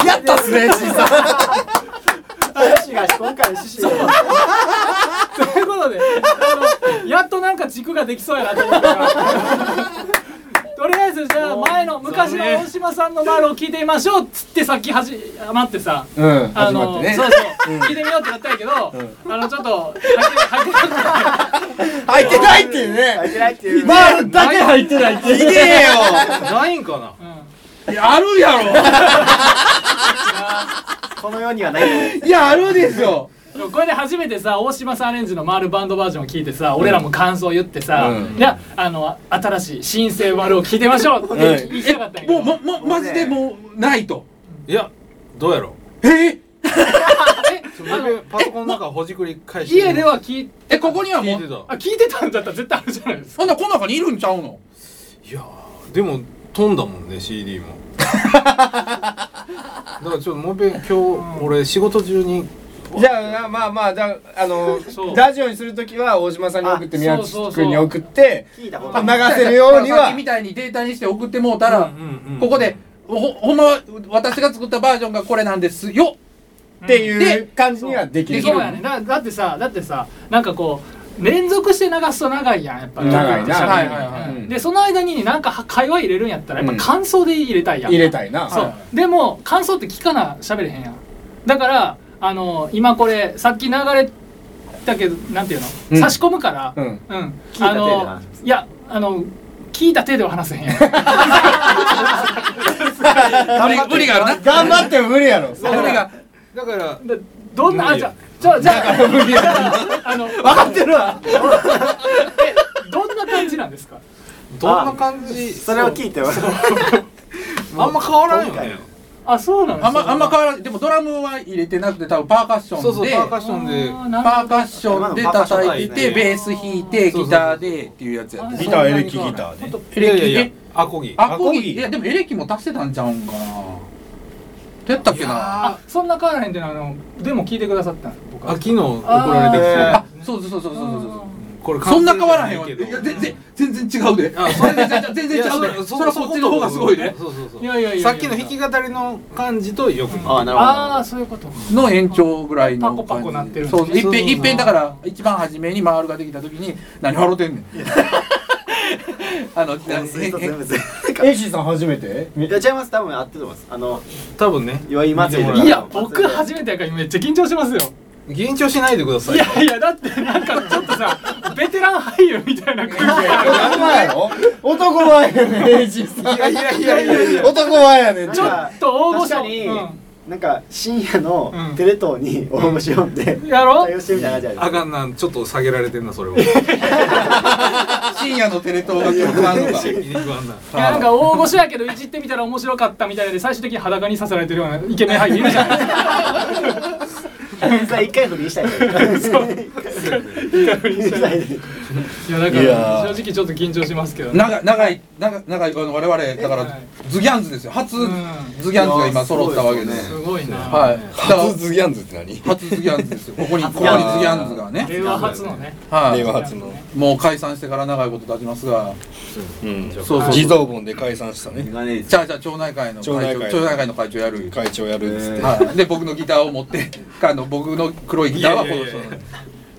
D: る
B: やったっすね C さん
A: 話が今回趣旨が
D: ということであのやっとなんか軸ができそうやなと思ったからとりあえずじゃあ前の昔の大島さんの回るを聞いてみましょうっつってさっきはじ余ってさ
B: うん
D: あ
B: 始
D: の
B: まってね
D: そうそう、聞いてみようってなったんやけど、あのちょっと入って入ってなくて
B: 入ってないっていうね
A: 嫌いっていう
B: 丸だけ入ってないっていねえよ
G: ないんかな
C: あるやろ
H: この世には ない
B: いやあるですよ
D: でもこれで初めてさ大島さんアレンジの回るバンドバージョンを聞いてさ、俺らも感想言ってさ、
B: うん
D: いやあの新しい新生丸を聞いてみましょうって言いたかったんやけど
C: もうももマジでもうないと
G: いやどうやろ
C: えっ
G: うだいぶパソコンの中ほじくり返して
D: 家では聞い
C: えここにはも
G: 聞いうて
D: あ
G: た
D: 聞いてたんだったら絶対あるじゃないですか
C: ほんならこの中にいるんちゃうの
G: いやーでも飛んだもんね CD もだからちょっともう一遍今日俺仕事中に
B: じゃあまあまあじゃああの
D: そう
B: ラジオにする時は大島さんに送って
D: あ
B: 宮
D: そうそう
B: 内
D: そう
B: 君に送って
H: 聞いたこ
B: 流
H: とない
B: せるように
C: だからさっ
B: は
C: きみたいにデータにして送ってもうたら、
G: うんうんうん
C: ここでほほんまは私が作ったバージョンがこれなんですよ
B: ってい
C: で
B: う感じにはできる。
D: そうやねだだってさだってさなんかこう連続して流すと長いやんやっぱり
B: 長いな
D: 喋り
C: はいはいはい
D: うんでその間になんか会話入れるんやったらやっぱ感想で入れたいやん、
B: 入れたいな。
D: そう、
C: は
D: でも感想って聞かな喋れへんやんだからあの今これさっき流れたけどなんていうの、
B: うん
D: 差し込むから
B: う、ん。
D: う
H: 聞
D: ん
H: いた手で話
D: あのいやあの聞いた手では話せへんやん
C: 無理無理がある
B: 頑張っても無理やろ。
C: な無理が
G: だから
D: でどんなあじゃあじゃあじゃあ あの分かってるわえどんな感じなんですか
G: どんな感じ
H: それを聞いてます
G: あんま変わらんよね
D: あそうなんです
C: あんまあんま変わらないでもドラムは入れてなくて多分パーカッションで
G: そうそうパーカッションで
D: あーな
C: パ
D: るほ
C: ーカッションで叩
H: 今のパーカ
C: いてて、
H: ッション
C: ベース弾いてギターでっていうやつやっ
D: ど
C: て
E: ギターエレキギターで
C: エレキ
G: いやいや
C: で
G: アコギ
C: アコ
E: アコギ
C: ギいやでもエレキも足してたんちゃうんかなやったっけな
D: あそんな変わらへんっていうのはあのでも聞いてくださったん僕
G: あ
D: は
G: 昨日送られてきて
C: あそうそうそうそうそうそう
G: これ
C: そんな変わらへんわい
G: け
C: や
G: ど
C: 全然全然違うで
G: あ
C: それで全然全然違うでそれはこっちの方がすごいで
G: そうそうそう
D: いやいやいやいや
G: さっきの弾き語りの感じとよく似てる
H: あなるほど
D: ああそういうこと
C: の延長ぐらいの感じ
D: パコパコなってるんです
C: そ
D: ね
C: ういっぺん
G: そうそうそう
C: いっぺんだから一番初めに回るができた時に何笑ってんねん あの
H: 全部全部全
B: エイシーさん初めて
H: 部いや違います多分合ってると思いますあの
G: 多分ね
H: 祝い祭り
G: い
H: の
G: や
D: いや僕初めてやからめっちゃ緊張しますよ
G: 緊張しないでください
D: いやいやだってなんかちょっとさベテラン俳優みたいな感じ
B: 男前やろ男前やねん、エイジーさん。いやいやいやいや男前やねん。
H: なん
D: ちょ
H: か
D: っと大御所
H: 確かに
D: うん
H: なんか深夜の
D: うん
H: テレ東に応募しようんで
D: やろ
H: 対応してみたいな感じじゃないです
G: あ
H: か
G: かんなちょっと下げられてんなそ れは
C: 深夜のテレ東が曲なのか
G: 気に食わんない
D: やなんか大御所やけどいじってみたら面白かったみたいで最終的に裸にさせられてるようなイケメン俳優いるじゃない
H: 天才一回振りしたいねしたいね
D: いやだか
E: いや
D: ら正直ちょっと緊張しますけどね
C: 長い長い長い長いあの我々だか
D: は
C: ら
D: い
C: ズギャンズですよ初
D: うん
C: ズギャンズが今揃ったわけですす
H: ごい
D: すごいな
C: はいだから
E: 初ズギャンズって何
C: 初ズギャンズですよここにここにズギャンズがね
D: 令和初のね
C: は
E: 令
C: い
E: 和初の
C: もう解散してから長いこと経ちますが
E: うん
C: そうそう
E: 地蔵盆で解散したね
C: じゃあじゃあ町内会の会
E: 町内
C: 長
E: 会
C: 町内会の会長やる
E: 会長やるっつって
C: はい、で僕のギターを 持ってあの僕の黒いギターはこの人の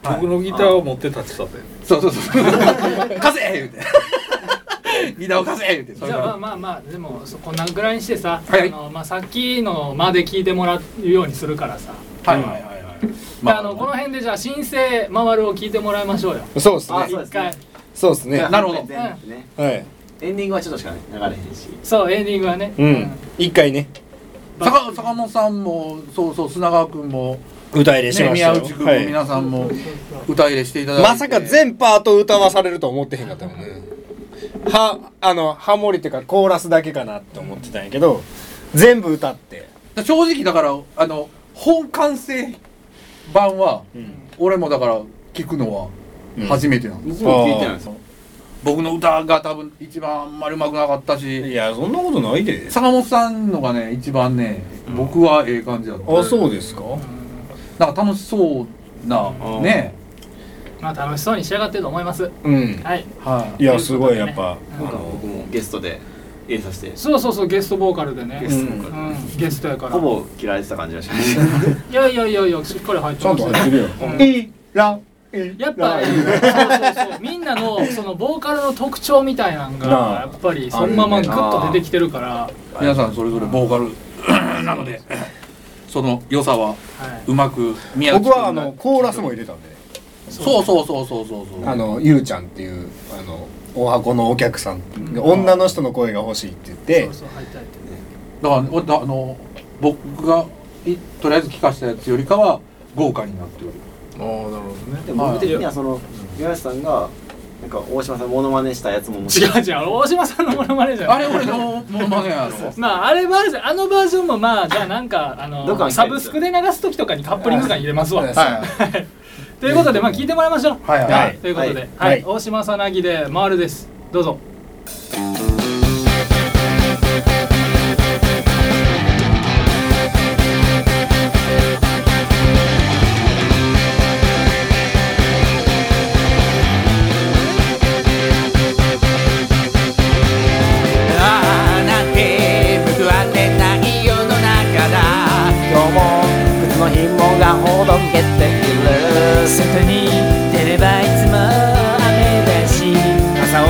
G: 僕のギターを持って立ちたて
C: そうそうそう「貸せ!」言うてギターを貸せ言うてそ れ
D: じ
C: か
D: ゃあまあま
C: ら
D: あまあでもそこんなぐらいにしてさ、
C: はい
D: あのまあ、さっきのまで聞いてもらうようにするからさ、
C: はいはいはいはいまあ
D: あ、のこの辺でじゃあ新生回るを聞いてもらいましょうよ
E: そうっす
H: あ
E: ね
H: そうで
D: 一
H: すね
D: 回
E: そうっすね
C: なるほど
H: 全部ね
E: はい
H: エンディングはちょっとしかね流れへんし
D: そうエンディングはね
E: うん一回ね
C: 坂坂本さんもそうそう砂川君も、
E: 歌入れし
C: ね、
E: ました
C: 宮
E: よ
C: 内君
E: は
C: も
E: い
C: 皆さんも歌入れしていただいて、
E: まさか全パート歌わされると思ってへんかったもんねはあのハモリっていうかコーラスだけかなって思ってたんやけど全部歌って
C: 正直だからあの本完成版は、俺もだから聞くのは初めてなんです、
A: 僕も聞いてないんですよ
C: 僕の歌が多分一番あんまりうまくなかったし
E: いやそんなことないで
C: 坂本さんのがね一番ね、僕はええ感じだった
E: あそうですか
C: なんか楽しそうなね
D: まあ楽しそうに仕上がってると思います
E: うん
D: はい
C: はい
E: いやすごいやっぱあ
A: なんか
E: の
A: 僕もゲストで入れさせて
D: そうそうそうゲストボーカルでね
A: ゲスト
D: う
A: とか
D: ん、ゲストやから
A: ほぼ切られてた感じがしました
D: いやいやいやいやしっかり入って
E: ちゃ
D: ま
E: ん
D: す
E: と
D: よ
E: 入ってる よ
D: うん
B: いら、
D: やっぱそうそうそうみんなのそのボーカルの特徴みたいなんが
E: なあ
D: やっぱりそのままグッと出てきてるから、は、
C: 皆さんそれぞれボーカルなのでその良さはいうまく宮内
B: 僕
C: 君
B: はあ
C: が
B: のコーラスも入れたんで
C: そうそうそうそうそうそう
B: あのゆうちゃんっていうあのお箱のお客さんが女の人の声が欲しいって言って
D: そうそう入って入って
C: だからおだあの僕がいとりあえず聞かせたやつよりかは豪華になっておる
G: ああなるほどね
A: でも僕的にはその岩橋さんがなんか大島さんモノマネしたやつも面白い
D: 違う違う大島さんのモノマネじゃない
C: あれ俺のモノマネやろ
D: まああれバージョンあのバージョンもまあじゃあなんかあ
A: どっか
D: の
A: に書
D: サ
A: いて
D: ブスクで流す時とかにカップリング感入れますわ
B: は
D: はいということでまあ聞いてもらいましょう
C: はいはい、
B: はい
D: ということで、は
A: はいい
D: 大島さなぎで「回る」ですどうぞ
I: ああなんて報われない世の中だ今日も靴の紐がほどけている外に出ればいつも雨だし傘を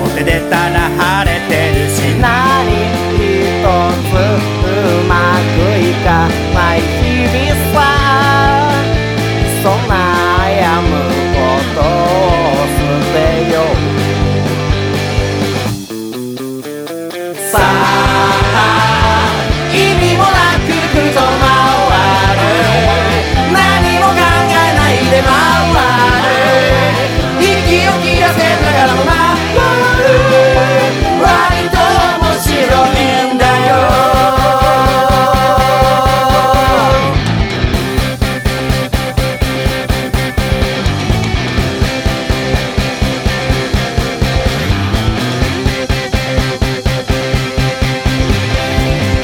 I: 持って出たら晴れてるし何一つうまくいかない日々さそんな悩むことを捨てようさあ意味もなくくると回る何も考えないで回る息を切らせながらも回る割と面白いんだよ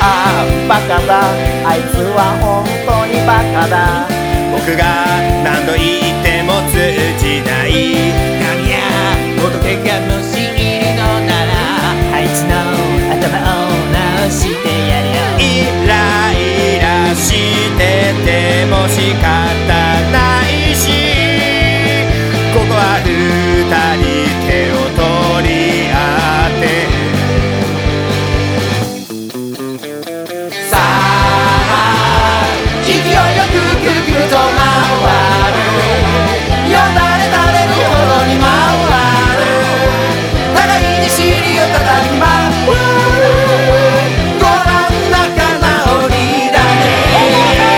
I: ああバカだあいつは本当にバカだ僕が何度言っても通じない何や仏が虫いるのならあいつの頭を直してやるよイライラしてても仕方ないしここは二人手を取り合ってさあ勢いよくくるくると回るよだれ垂れるほどに回る互いに尻を叩き回るご覧なかなおりだ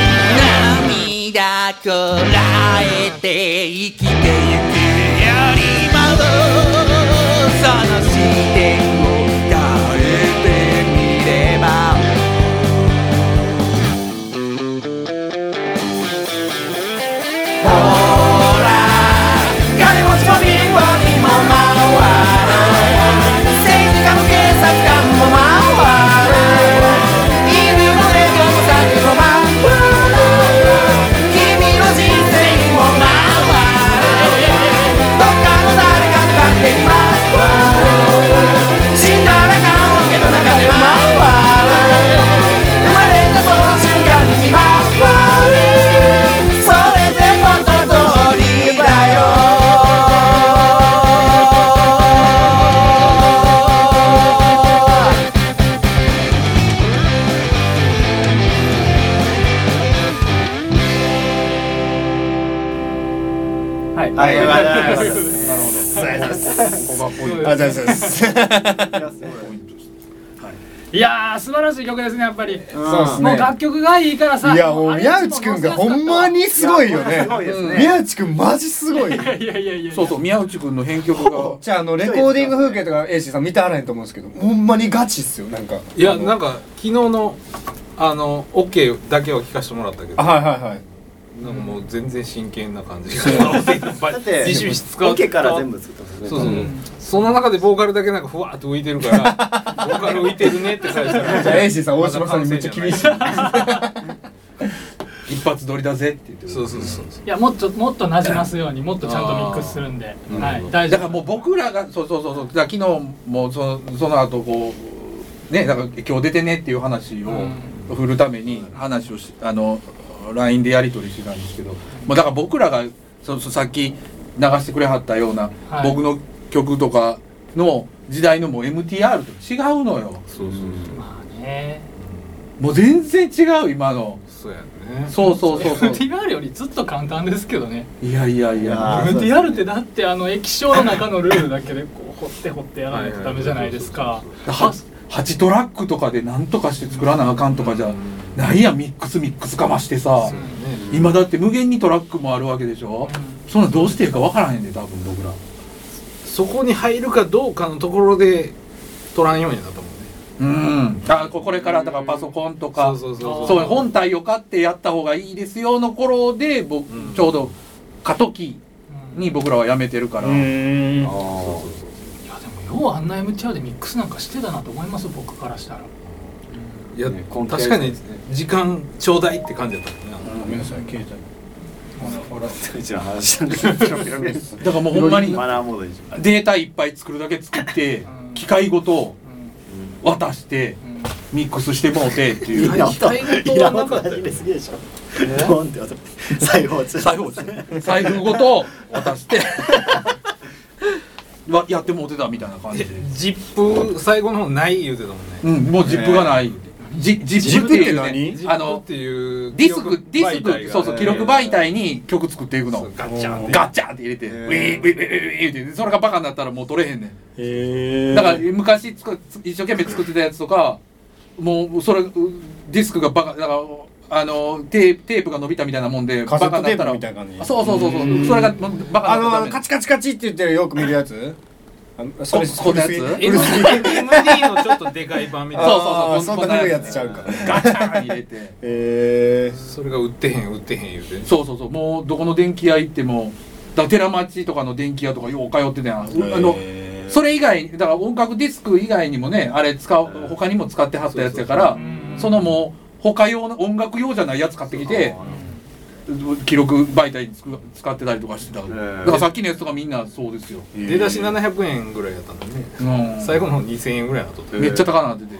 I: ね涙こらえて生きてゆくよりもその視点を変えてみればほら金持ちも貧乏にも回る政治家も警察官も回る犬も猫も猿も回る君の人生も回るどっかの誰かが勝手に回る死んだら棺桶の中で回る生まれたその瞬間に決まるそれで元通りだよ
D: はい、
H: ありがとうございます
B: ありがとうございます。
D: い、やー素晴らしい曲ですねやっぱり、
B: そうです
D: もう
B: ね。
D: 楽曲がいいからさ
B: いや、も
D: も
B: う
D: う
B: 宮内くんがほんまにすごいよね
H: す。ごいですね
B: 宮内くんマジすごいよ。
D: いやいやいや
C: そうそう宮内君の編曲が
B: じゃあ、あの、レコーディング風景とか、エイシーさん見てはらへんと思うんですけど、ほんまにガチっすよ、なんか。
G: いや
B: あの
G: なんか昨日のあの OK だけは聞かせてもらったけど
B: あはいはいはい。
G: なんかもう全然真剣 な感じが
H: だって
G: 自信使う
A: オケから全部作ったんですね
G: そうそうその中でボーカルだけなんかふわっと浮いてるから ボーカル浮いてるねって返したら
B: じゃあ、エイシーさん、大島さんにめっちゃ 厳しい。
C: 一発撮りだぜって言ってる
G: そうそうそう
D: いやもっともっとなじますようにもっとちゃんとミックスするんで、はい、大丈夫
C: だからもう僕らがそうそうそうそうだから昨日もそのその後こうねだから今日出てねっていう話を振るために話をしあの LINE でやり取りしてたんですけどもうだから僕らがそうそうさっき流してくれはったような、
D: はい
C: 僕の曲とかの時代のもう MTR と違うのよ
G: そうそうそう
D: まあね
C: もう全然違う今の
G: そうやね
C: そうそうそうそう
D: MTR よりずっと簡単ですけどね
C: いやいやいや
H: あーそうですね
D: MTR ってだってあの液晶の中のルールだけでこう掘って掘ってやらないとダメじゃないですか
C: は8トラックとかで何とかして作らなあかんとかじゃないやんミックスミックスかましてさ今だって無限にトラックもあるわけでしょそんなんどうしていいか分からへんで多分僕ら
G: そこに入るかどうかのところで取らんようになったもんね
C: うんあここれからだからパソコンとか
G: そうそう
D: そ
G: そうう
C: そう本体を買ってやった方がいいですよの頃で僕
G: うん
C: ちょうど過渡期
D: うん
C: に僕らはやめてるから
E: ん
D: いやでもようあんな MTR でミックスなんかしてたなと思います僕からしたら
G: いや、
A: ねコンテンツ
G: 確かに
A: ですね
G: 時間ちょうだいって感じだったもんね
E: ごめんなさい携
A: うちの話なんで
C: だからもうほんまに
H: マナーモードにし
C: データいっぱい作るだけ作って
D: うん
C: 機械ごと
D: う
C: 渡して
D: んうん
C: ミックスしてもうてっていう
H: ますいらんこと始めすぎでしょドーンって音裁縫中
C: 財布を財布ごと渡して わやってもうてたみたいな感じで、
G: ジップ最後の方ない言うてたもんね
C: うん、もうジップがない、ジジップっていうね
G: ジ
C: あ
G: ップ
C: の
G: っていう
C: ディスクディスク、そうそう記録媒
G: 体
C: 体に曲作っていくの
G: ガッチャンって
C: ガッチャンって入れて、ウィーンウィーンウィーンウィーンってそれがバカになったらもう取れへんねんだから昔つく一生懸命作ってたやつとかもうそれうディスクがバカだからあのテープテープが伸びたみたいなもんで
E: カ
C: バ
E: セ
C: カ
E: ット
C: に
E: テ
C: な
E: ー
C: った
E: プ
C: ら
E: みたいな感じ
C: そうそうそうそうそれがもうバカ
E: あ
C: になったらダ
E: の
C: メ
E: カチカチカチって言ってるよく見るやつあのそれ
C: ここのやつ
E: それ
G: MD のちょっとでかい版みたい
C: そう
G: な
C: そう
E: あー
C: そうこ
E: そんな古いやつ
C: こ
E: ちゃうか
C: ガチャン入れて
E: えー
G: それが売ってへん売ってへん言うて
C: そうそうそうもうどこの電気屋行ってもだから寺町とかの電気屋とかよう通ってたやん、うあの
E: えー
C: それ以外だから音楽ディスク以外にもねあれ使う他にも使ってはったやつやからそのもう他用の音楽用じゃないやつ買ってきて記録媒体につく使ってたりとかしてただからさっきのやつとかみんなそうですよ、
G: 出だし700円ぐらいやったのね
C: うん
G: 最後の方2000円ぐらいなっとって
C: めっちゃ高なってて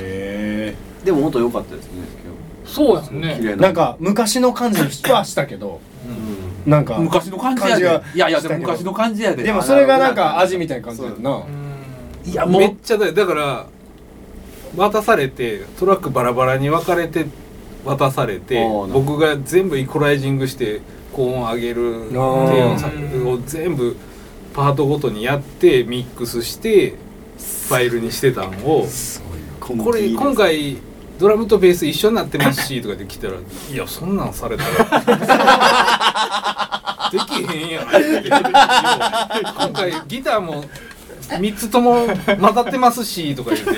E: え
A: でも音良かったですね
D: そうやん
A: 今日綺
D: ね
A: 麗
E: ーなんか昔の感じはしたけど
A: うん
E: なんか
C: 昔の感じや
E: 感じ
C: で
E: はい
C: やいやで
E: した
C: も
E: けど
C: 昔の感じやで
E: でもそれがなんか味みたいな感じだよな
C: いやも
G: めっ
C: う
G: ちゃだよだから渡されてトラックバラバラに分かれて渡されて
A: あーなるほど
G: 僕が全部イコライジングして高音上げる低音下げるを全部パートごとにやってミックスしてファイルにしてたんをこれ今回ドラムとベース一緒になってますしとかできたら「いやそんなんされたら できへんやん」今回ギターも3つとも混ざってますしとか言って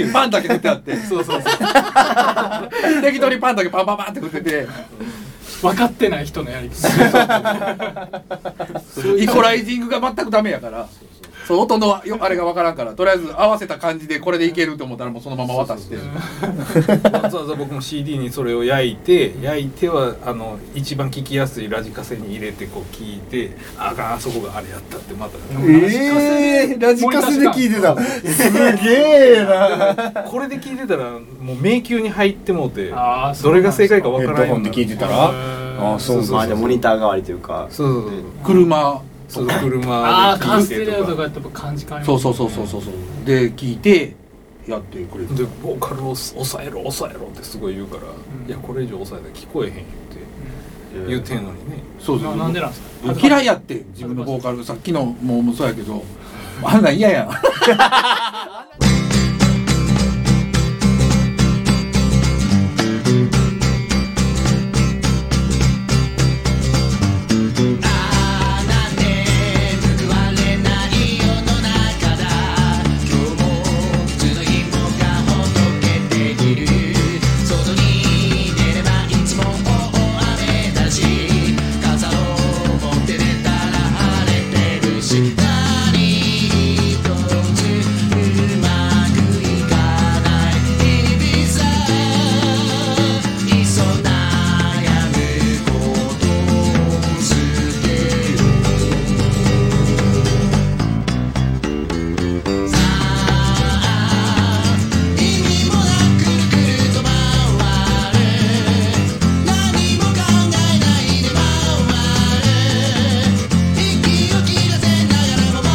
G: 「ええ
C: パンだけ食ってあって
G: そうそうそう
C: 適当にパンだけパンパンパンって食ってて
D: 分かってない人のやり方
C: イコライジングが全くダメやからそう音のよあれが分からんからとりあえず合わせた感じでこれでいけると思ったらもうそのまま渡して
G: わざわざ僕も CD にそれを焼いて焼いてはあの一番聴きやすいラジカセに入れてこう聴いてあああそこがあれやったってまた
E: えーラジカセで聞いてたすげえな
G: これで聞いてたらもう迷宮に入ってもうて
D: あー
G: どれが正解かわ
E: ヘ
G: か
E: ッ
G: ら
E: ド
G: んよ
E: ホン
G: うに
E: で
G: な
E: 聞いてたらああそう
A: ま
E: そうそ
A: あじゃあモ
E: う
A: ニター代わりというか
G: そうそうそう
C: 車
G: そうそう車
D: ああ
G: で
D: カ
G: 聞
D: ン
G: い
D: ステ
G: て
D: レオと
G: と
D: か
G: か
D: やっぱ感じ変わり
C: そう
D: ます
C: そうそうそうそうそうで聞いてやってくれる
G: でボーカルを抑えろ抑えろってすごい言うから、いやこれ以上抑えたら聞こえへん言うて、言うてんのにね
C: そうそう
D: ななんでなんですか
C: 嫌いやって自分のボーカルさっきのももそうやけどあんなん嫌やん
J: 「息を切らせながらも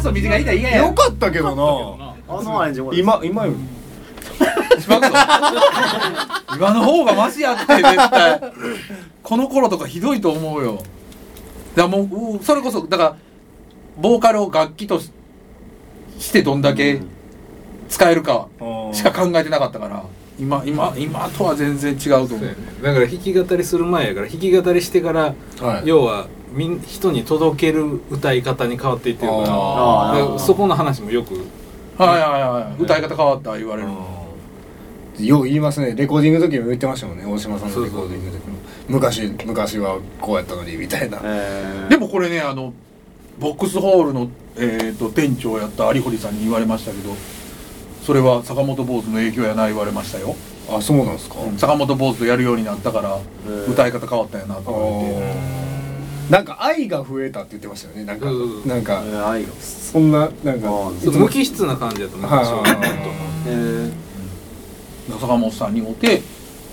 C: スト短いだいやいや
B: よかったけどな
K: あのアレンジも
B: 今今より
C: 今の方がマシやって絶対この頃とかひどいと思うよだからもううそれこそだからボーカルを楽器とししてどんだけ使えるかしか考えてなかったから今今今とは全然違うと思
G: そうや
C: う
G: ねだから弾き語りする前やから弾き語りしてから、要はみん人に届ける歌い方に変わっていってるから
C: あ
G: だからそこの話もよく
C: はいはいはい歌い方変わった言われる
B: よう言いますねレコーディングの時も言ってましたもんね大島さんのレコーディングの時も昔昔はこうやったのにみたいな
C: でもこれねあのボックスホールの、えー、と店長をやった有堀さんに言われましたけどそれは坂本坊主の影響やな言われましたよ
B: あそうなんですか
C: 坂本坊主とやるようになったから歌い方変わったんやなと思って
B: なんか愛が増えたって言ってましたよねなんか
G: うん
B: なんか
A: 愛が
B: そんななんか
A: あ
G: ちょっと無機質な感じやと思うんですよ
B: は
A: え
C: 坂本さんに会うて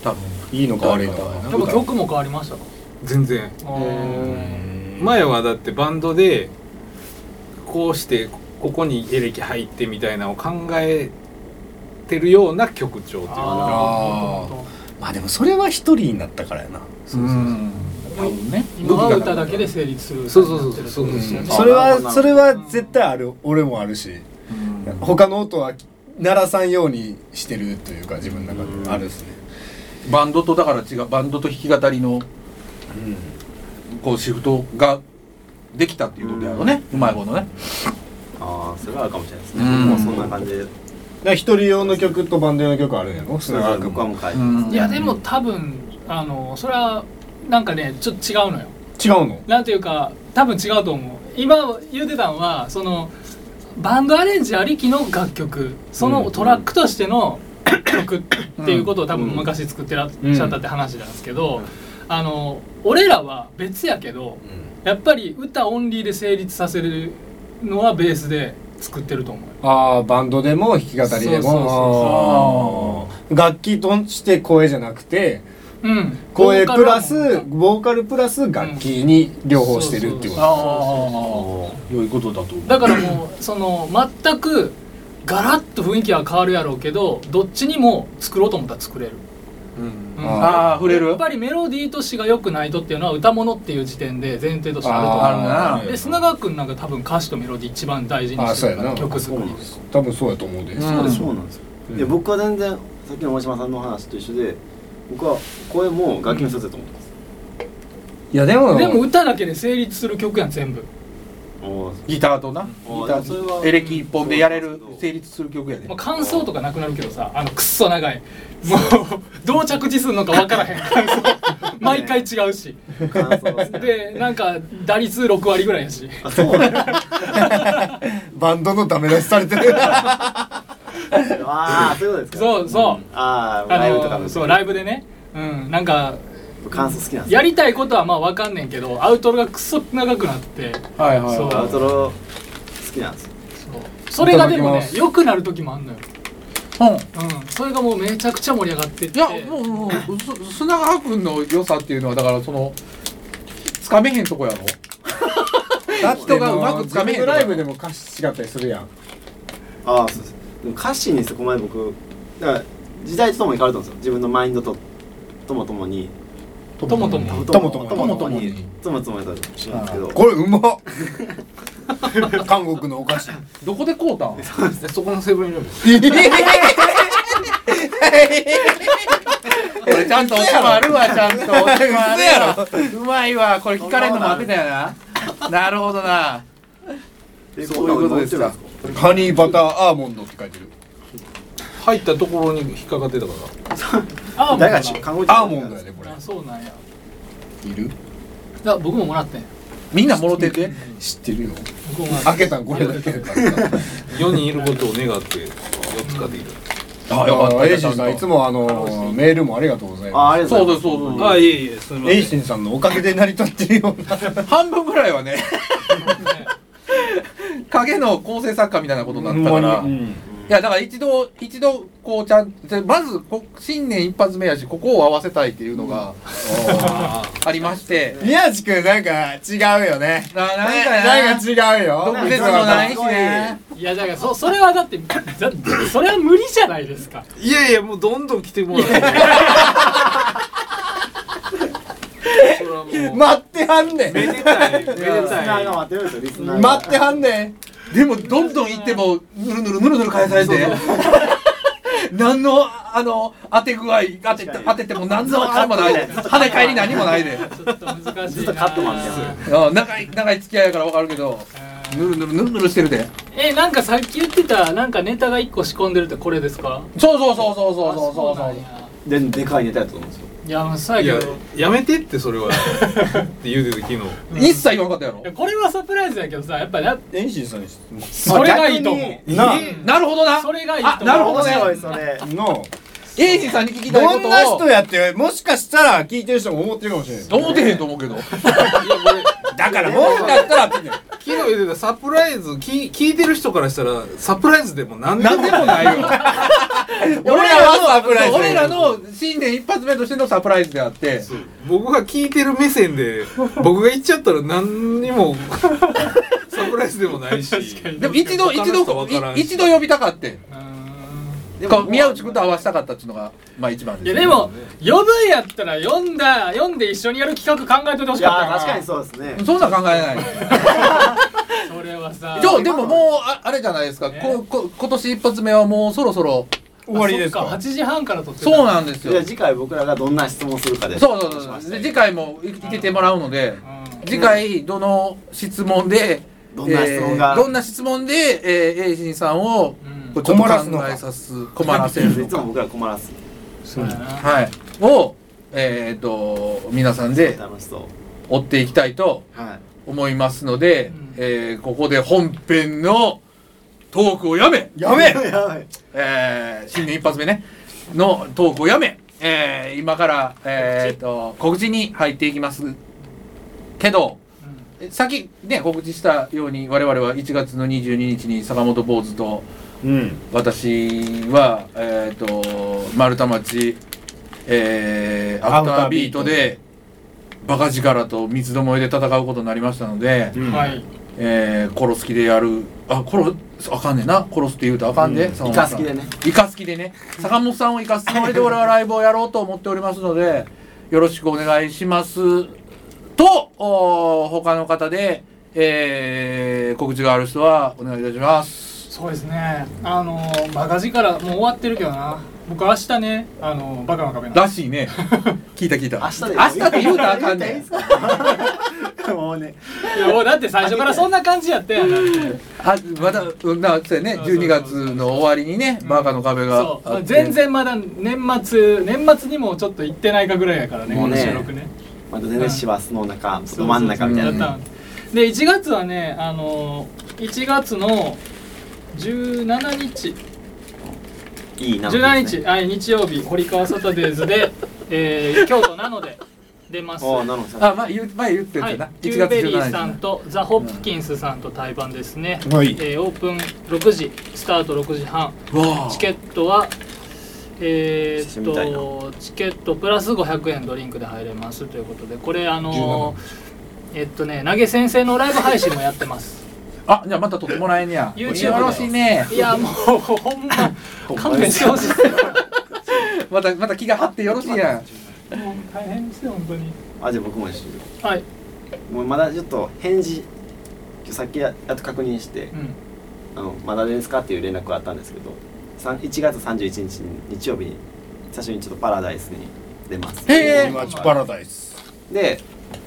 C: 多分
B: いいいのか悪いの
C: 歌い
B: か
C: 方
D: やっぱ曲も変わりましたか
G: 全然前はだってバンドでこうしてここにエレキ入ってみたいなのを考えてるような曲調っていうか
B: あまあでもそれは一人になったからやな
C: うん多分ね
D: 今は歌だけで成立する
G: そうそうそうそう
D: 歌になってるってことですよ
G: うん
D: ね
B: それはそれは絶対ある俺もあるし他の音は鳴らさんようにしてるというか自分の中であるですね
C: バンドとだから違うバンドと弾き語りのこうシフトができたっていうことやろうねうまいことね
A: ああそれはあるかもしれないですね
C: うん
A: もうそんな感じで
B: だから一人用の曲とバンド用の曲あるんやろ
A: それは僕はもう書いて
C: うん
D: いやでも多分あのそれはなんかねちょっと違うのよ
B: 違うの
D: なんていうか多分違うと思う今言うてたのはそのバンドアレンジありきの楽曲そのトラックとしての曲っていうことを多分昔作ってらっしゃったって話なんですけど、あの俺らは別やけど、やっぱり歌オンリーで成立させるのはベースで作ってると思う
B: ああバンドでも弾き語りで
D: そうそう
B: もあー楽器として声じゃなくて
D: うん
B: 声プラ
D: ボーカルは
B: ス
D: もう
B: ボーカルプラス楽器に両方してるっていうこと
D: あ
C: ああ良いことだと思う
D: だからもうその全くガラッと雰囲気は変わるやろうけどどっちにも作ろうと思ったら作れる、うん
C: ああ触れ
D: や
C: る
D: っぱりメロディーと詞が良くないとっていうのは歌物っていう時点で前提としてあると
B: あ
D: 思う
B: ー
C: あるな
D: で砂川君なんか多分歌詞とメロディー一番大事に
B: あ
D: して
B: そう
D: る
B: や
D: から
B: な
D: 曲作りで
B: 多分そうやと思うで、
C: うん
A: そうそうなんですよ、で僕は全然さっきの大島さんの話と一緒で僕は声も楽器の一つだと思ってます、
B: いやでも
D: でも歌だけで成立する曲やん全部
A: おー
C: ギターとなギ
A: あー
C: タ
A: それは
C: ーエレキ一本でやれる成立する曲やで
D: もう感想とかなくなるけどさあのくっそ長いもうどう着地するのか分からへん感想毎回違うし
A: 感想ですね
D: でなんか打率6割ぐらいやし
A: あそうなんだ
B: バンドのダメ出しされてる
A: ああそういうことですか
D: そうそう
A: ああ
D: あ
A: ライブとか
D: の
A: の
D: そうライブでねうんなんか
A: 感想好きなんですよ
D: やりたいことはまあわかんねんけどアウトロがくそ長くなって
C: はいはい
D: そう
A: アウトロ好きなんですよ
D: それがでも
B: いただきま
D: ね
B: す
D: 良くなる時もあんのよ
C: うん
D: うんそれがもうめちゃくちゃ盛り上がってって
C: いやもうもうす砂川君の良さっていうのはだからそのつかめへんとこやろ
B: だって
C: 人がうまくつかめへん
B: 自分のライブでも歌詞違ったりするやん
A: ああそうですでも歌詞にそこまで僕だから時代とともに変わると思うんですよ自分のマインドとともともに
D: ともとも
A: とも
B: とも
A: ともとも
C: に
A: にともともにだと知らんですけど
B: これうまっ韓国のお菓子
C: どこで買うたん
G: でそこのセブンイレブン
C: これちゃんとおしまあるわちゃんとおしまあるわうまいわこれ聞かれるの待ってたよななるほどなそういうことですか
B: ハニーバターアーモンドって書いてる
G: 入ったところに引っかかってたから
D: あ
A: だから
D: もう
A: 看護師
B: アーモンドやねこれ
D: なあそうなんや
B: いる
D: いや僕ももらってん
C: みんなもろてて
B: 知ってるよ
D: 僕ももらってん
B: 開けたんこれだけだから
G: 世にいることを願って4つ買っている
B: あ
C: よかった
B: エイシンさんいつもあのメールもありがとうござい
A: ああ
B: ま
A: りが
C: そ
A: とう
C: う
A: ござい
C: そ
A: うます
C: そう
G: あいえいえすみ
B: すエイシンさんのおかげで成り立ってるような
C: 半分ぐらい はね影の構成作家みたいなことになったから、
B: うん
C: いやだから一度一度ここをちゃんでまずこ新年一発目やしここを合わせたいっていうのが、ありまして
L: 宮地君なんか違うよね
C: ななんか
L: な
C: なん
L: か違うよ
C: 毒舌もないしね
D: いやだからそそれはだってだそれは無理じゃないですか
G: いやいやもうどんどん来てもらってそれはもう
L: 待ってはんねん
G: めでたいめで
A: リスナ
G: た
A: ー
G: い
A: が待ってるんですよ、リスナーが。
L: 待ってはんねん
C: でもどんどん行ってもぬるぬるぬるぬる返さ れて何のあの当て具合当て当てても何のあれもないで跳ね返り何もないで
D: ちょっと難しいな
A: ずっとカットマンみたいな
C: あ長い長い付き合いやから分かるけどぬるぬるぬるぬるしてるで
D: えなんかさっき言ってたなんかネタが一個仕込んでるってこれですか
C: そうそうそうそうそうそうそうそう
M: ででかいネタやったと思うんですよ
D: いやもう最
G: いや
D: 後
G: やめてってそれはって言うてて昨日
C: 一切言わんかったやろ
D: これはサプライズだけどさやっぱな
B: エンシーさんに質問
D: それがいいと思う
B: な
C: なるほどな
D: それがいいと思
C: あ
D: う
C: なるほ
A: 面
C: どね
A: 白い、それ。
B: の
C: エイジさんに聞きたい
B: ど
C: こ
B: んな
C: とを
B: 人やってもしかしたら聞いてる人も思ってるかもしれないですよ
C: 思ってへんと思うけど
B: だからもうだったらって言って
G: 昨日言うてたサプライズ聞聞いてる人からしたらサプライズでも何で
B: 何
G: も
B: でもないよ
C: 俺
B: 俺
C: ら
B: ら
C: の
B: のサプライズ
C: 俺らの新年一発目としてのサプライズであって
G: 僕が聞いてる目線 で僕が言っちゃったら何に もサプライズでもないし
C: でも一度一
G: 他の人
C: 度
G: 分からん
C: い
G: し
C: 一度呼びたかって
D: うーん
C: こう宮内君と合わせたかったっていうのがまあ一番
D: い
C: で
D: や
C: す
D: でも呼ぶんやったら読んだ読んで一緒にやる企画考えといてほ
A: い
D: し
A: や
D: かった
A: ー、
D: な
A: 確かにそうですね。
C: そんなん考えない
D: それはさ
C: じゃあでももうああれじゃないですか、
D: ね
C: ここ今年一発目はもうそろそろ
B: 終わりです
D: あそっ
B: か
D: 8時半から撮って
C: そう
D: の
C: なんです
A: じゃ
C: よ
A: あ次回僕らがどんな質問するかで。
C: そうそうそうで次回もいいててもらうので次回どの質問で
A: どんな質問が
C: えーどんな質問で、えー、エイジンさんを
D: うん
C: こうちょっと
B: 困らすのか
C: 考えさす困らせる
A: いつも
C: の
A: 僕ら困らす。
D: そうやな
C: か、はい、を、えー、と皆さんで
A: 楽しそう。
C: 追っていきたいと
A: はい。
C: 思いますので、
D: ん
C: えーここで本編のトークをやめ
B: やべ
A: やばい。
C: えー新年一発目ねのトークをやめ、えー今から、えー、と告知に入っていきますけど、え先ね告知したように我々は1月の22日に坂本坊主と
B: うん
C: 私は、えー、と丸太町、えーアフタービートでバカ力と三つどもえで戦うことになりましたので。
D: はい
C: えー、コロスキでやるあコロあかんねんなコロスって言うとあかんで、坂
M: イ
C: 本
M: カ
C: さ
M: 好
C: ん
M: きでね
C: イカ好きでね坂本さんをイカすつもりで俺はライブをやろうと思っておりますのでよろしくお願いしますとお他の方で、えー、告知がある人はお願いいたします
D: そうですねあのーバカ力もう終わってるけどな僕明日ねあのーバカの壁なんで
C: らしいね聞いた聞いた
A: 明日で。
C: 明日って言うたらあかんねん
A: ん。もうね。
D: いやもうだって最初からそんな感じやったやんだって
C: あまだうんなそうやね
D: そうそうそう
C: 12月の終わりにねバカの壁が
D: そ
C: あ
D: う
C: って
D: 全然まだ年末年末にもちょっと行ってないかぐらいやからね
A: も
D: こ
A: う
D: の
A: ね
D: 収録ね
A: また全然師走の中、ど真ん中みたいなね。
D: なで1月はねあのー1月の17日
A: いいな。
D: 17日、はい、日曜日堀川サタデーズで、 えー京都なので出ます
A: おお、
D: は
A: なのさん。
C: あ、まあ、言う前言ってたな、
D: い、キ
C: 1
D: ュー
C: 月
D: ベ
C: 17
D: リ
C: 日
D: ーさんとザ・ホプキンスさんと対バンですね、
B: はい
D: えーオープン6時スタート6時半
C: わあ
D: チケットはえー
A: してみたい
D: っとチケットプラス500円ドリンクで入れますということでこれあのーえっとね投げ先生のライブ配信もやってます
C: あ、じゃあまた撮ってもらえんねや。
D: YouTube
C: よろしいね。
D: いやもうほ んま勘弁してほしい
C: またまた気が張ってよろしいやん。
D: もう大変ですよ本当に
A: あ、じゃあ僕も一緒に。
D: はい、
A: もうまだちょっと返事、さっきややっと確認して
D: う、ん
A: あの、まだですかっていう連絡があったんですけど、さん1月31日に、日曜日に、最初にちょっとパラダイスに出ます。
C: へえ。
B: マッチパラダイス
A: で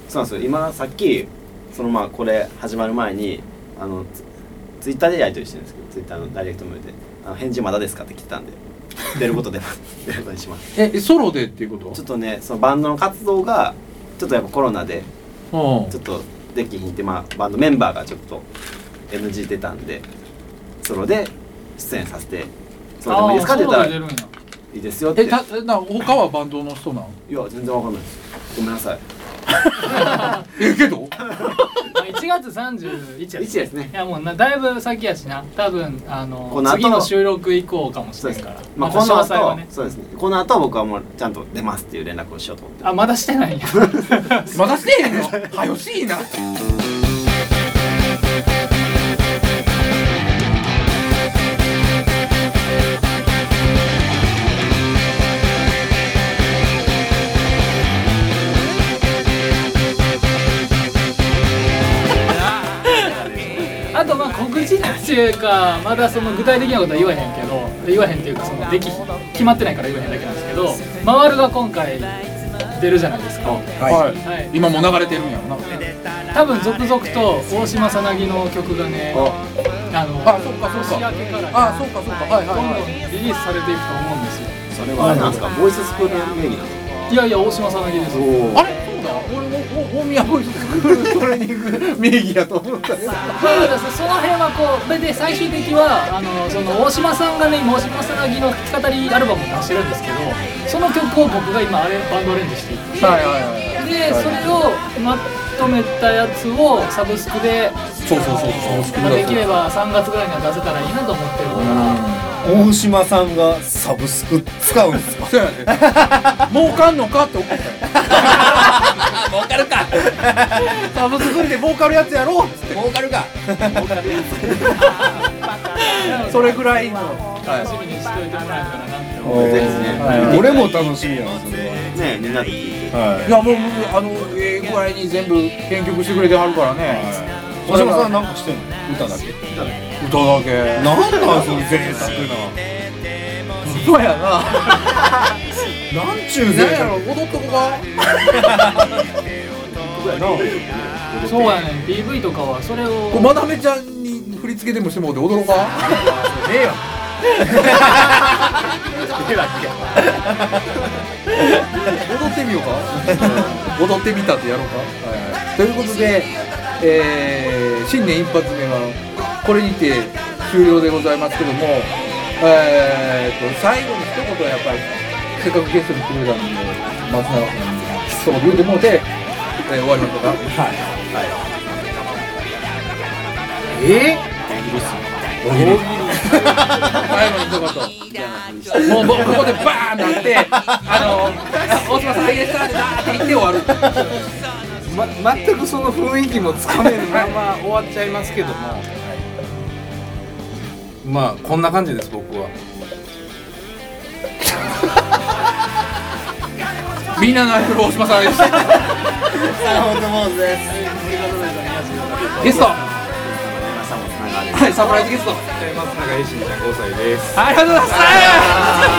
A: そうなんですよ今さっきそのまあこれ始まる前にあのツツイッターでやり取りしてるんですけどツイッターのダイレクトメールで「あの返事まだですか?」って来てたんで出ることで 出ることにします
C: え、ソロでっていうこ
A: ちょっとねそのバンドの活動がちょっとやっぱコロナで
C: と？
A: ちょっとできひんって、まあ、バンドメンバーがちょっと NG 出たんでソロで出演させて「それでもいいですか?」って言ったら
D: あ
A: 「
D: ーそう
A: い
D: なんだ
A: いですよ」っ
C: う
A: て「
C: ん。え、たな他はバンドの人なん？
A: いや全然わかんないですごめんなさい
C: え、けど？
D: まあ1月31日や
A: 一ですね
D: いやもうなだいぶ先やしな多分あの
A: この後
D: 次の収録以降かもし
A: そう
D: れ
A: で
D: ない
A: すか
D: からら、
A: まあ、
D: た
A: この
D: 詳細は
A: 後、
D: ね
A: そうですねこの後僕はもうちゃんと出ますっていう連絡をしようと思って
D: あまだしてないん や
C: まだしてへんのはよしいな
D: あとまあ告知っていうかまだその具体的なことは言わへんけど言わへんっていうかそのでき決まってないから言わへんだけなんですけど「回る」が今回出るじゃないですか、
C: はい
D: はい、
C: 今もう流れてるんやろな
D: 多分続々と大島さなぎの曲がねあの
C: あそうかそう
D: 年
C: か
D: 明けからね
C: あそうかそうかはいはい
D: どんど
C: はい
D: んリリースされていくと思うんですよ
A: それはあれなんですかボイススクール名義なんです
D: いやいや大島さなぎです
A: かお
C: あれそうだ俺も大宮ボイスクールトレーニング名義やと思ったよ
D: まあだからその辺はこうそれで最終的はあのその大島さんがね今大島さなぎの弾き語りアルバムを出してるんですけどその曲を僕が今あれバンドアレンジしていて
C: はいはいはい
D: でそれをまとめたやつをサブスクで
C: そうそうそうそう
D: まあできれば3月ぐらいには出せたらいいなと思ってるから
B: 大島さんがサブスク使うんですか
C: そうやね儲かんのかって思ったよ 儲かるかサブスクで儲かるやつやろっつって儲かるかそれぐらいの
D: 楽しみにしておいてもらえたらなって思う
B: おー
A: ですね
B: 俺も楽しみやなそれ
A: ねみんなで聞いて
B: は、はい
C: やもうもうあのええ具合に全部編曲してくれてはるからね
B: い、大島さんなんかしてんの歌だけ
C: 歌だけ
B: なんなんその贅沢
C: そうやな
B: ななんちゅう
C: 何
B: 贅
C: や
B: 沢
C: ろ踊っとこか
D: そうやね PV とかはそれ
C: これ
D: を
C: まだめちゃんに振り付けでもしてもうて踊ろうか踊ってみようか 踊ってみたってやろうか、ということで、えー新年一発目はこれにて終了でございますけども、えー、と最後に一言やっぱりせっかくゲストに来てくれたので松永さんにそう言うてもうて、えー終わりましょうかはい、えー、 大喜利最後に一言もう僕ここでバーンな って、あの、大島さん、ハイエスターでダーって言って終わる。
G: ま、全くその雰囲気もつかめるまま終わっちゃいますけども まあこんな感じです僕は
C: みんなの愛する大島さんでした。ゲスト。はい、サプライズゲスト。
G: 松永英信ちゃん5歳です
C: ありがとうございました。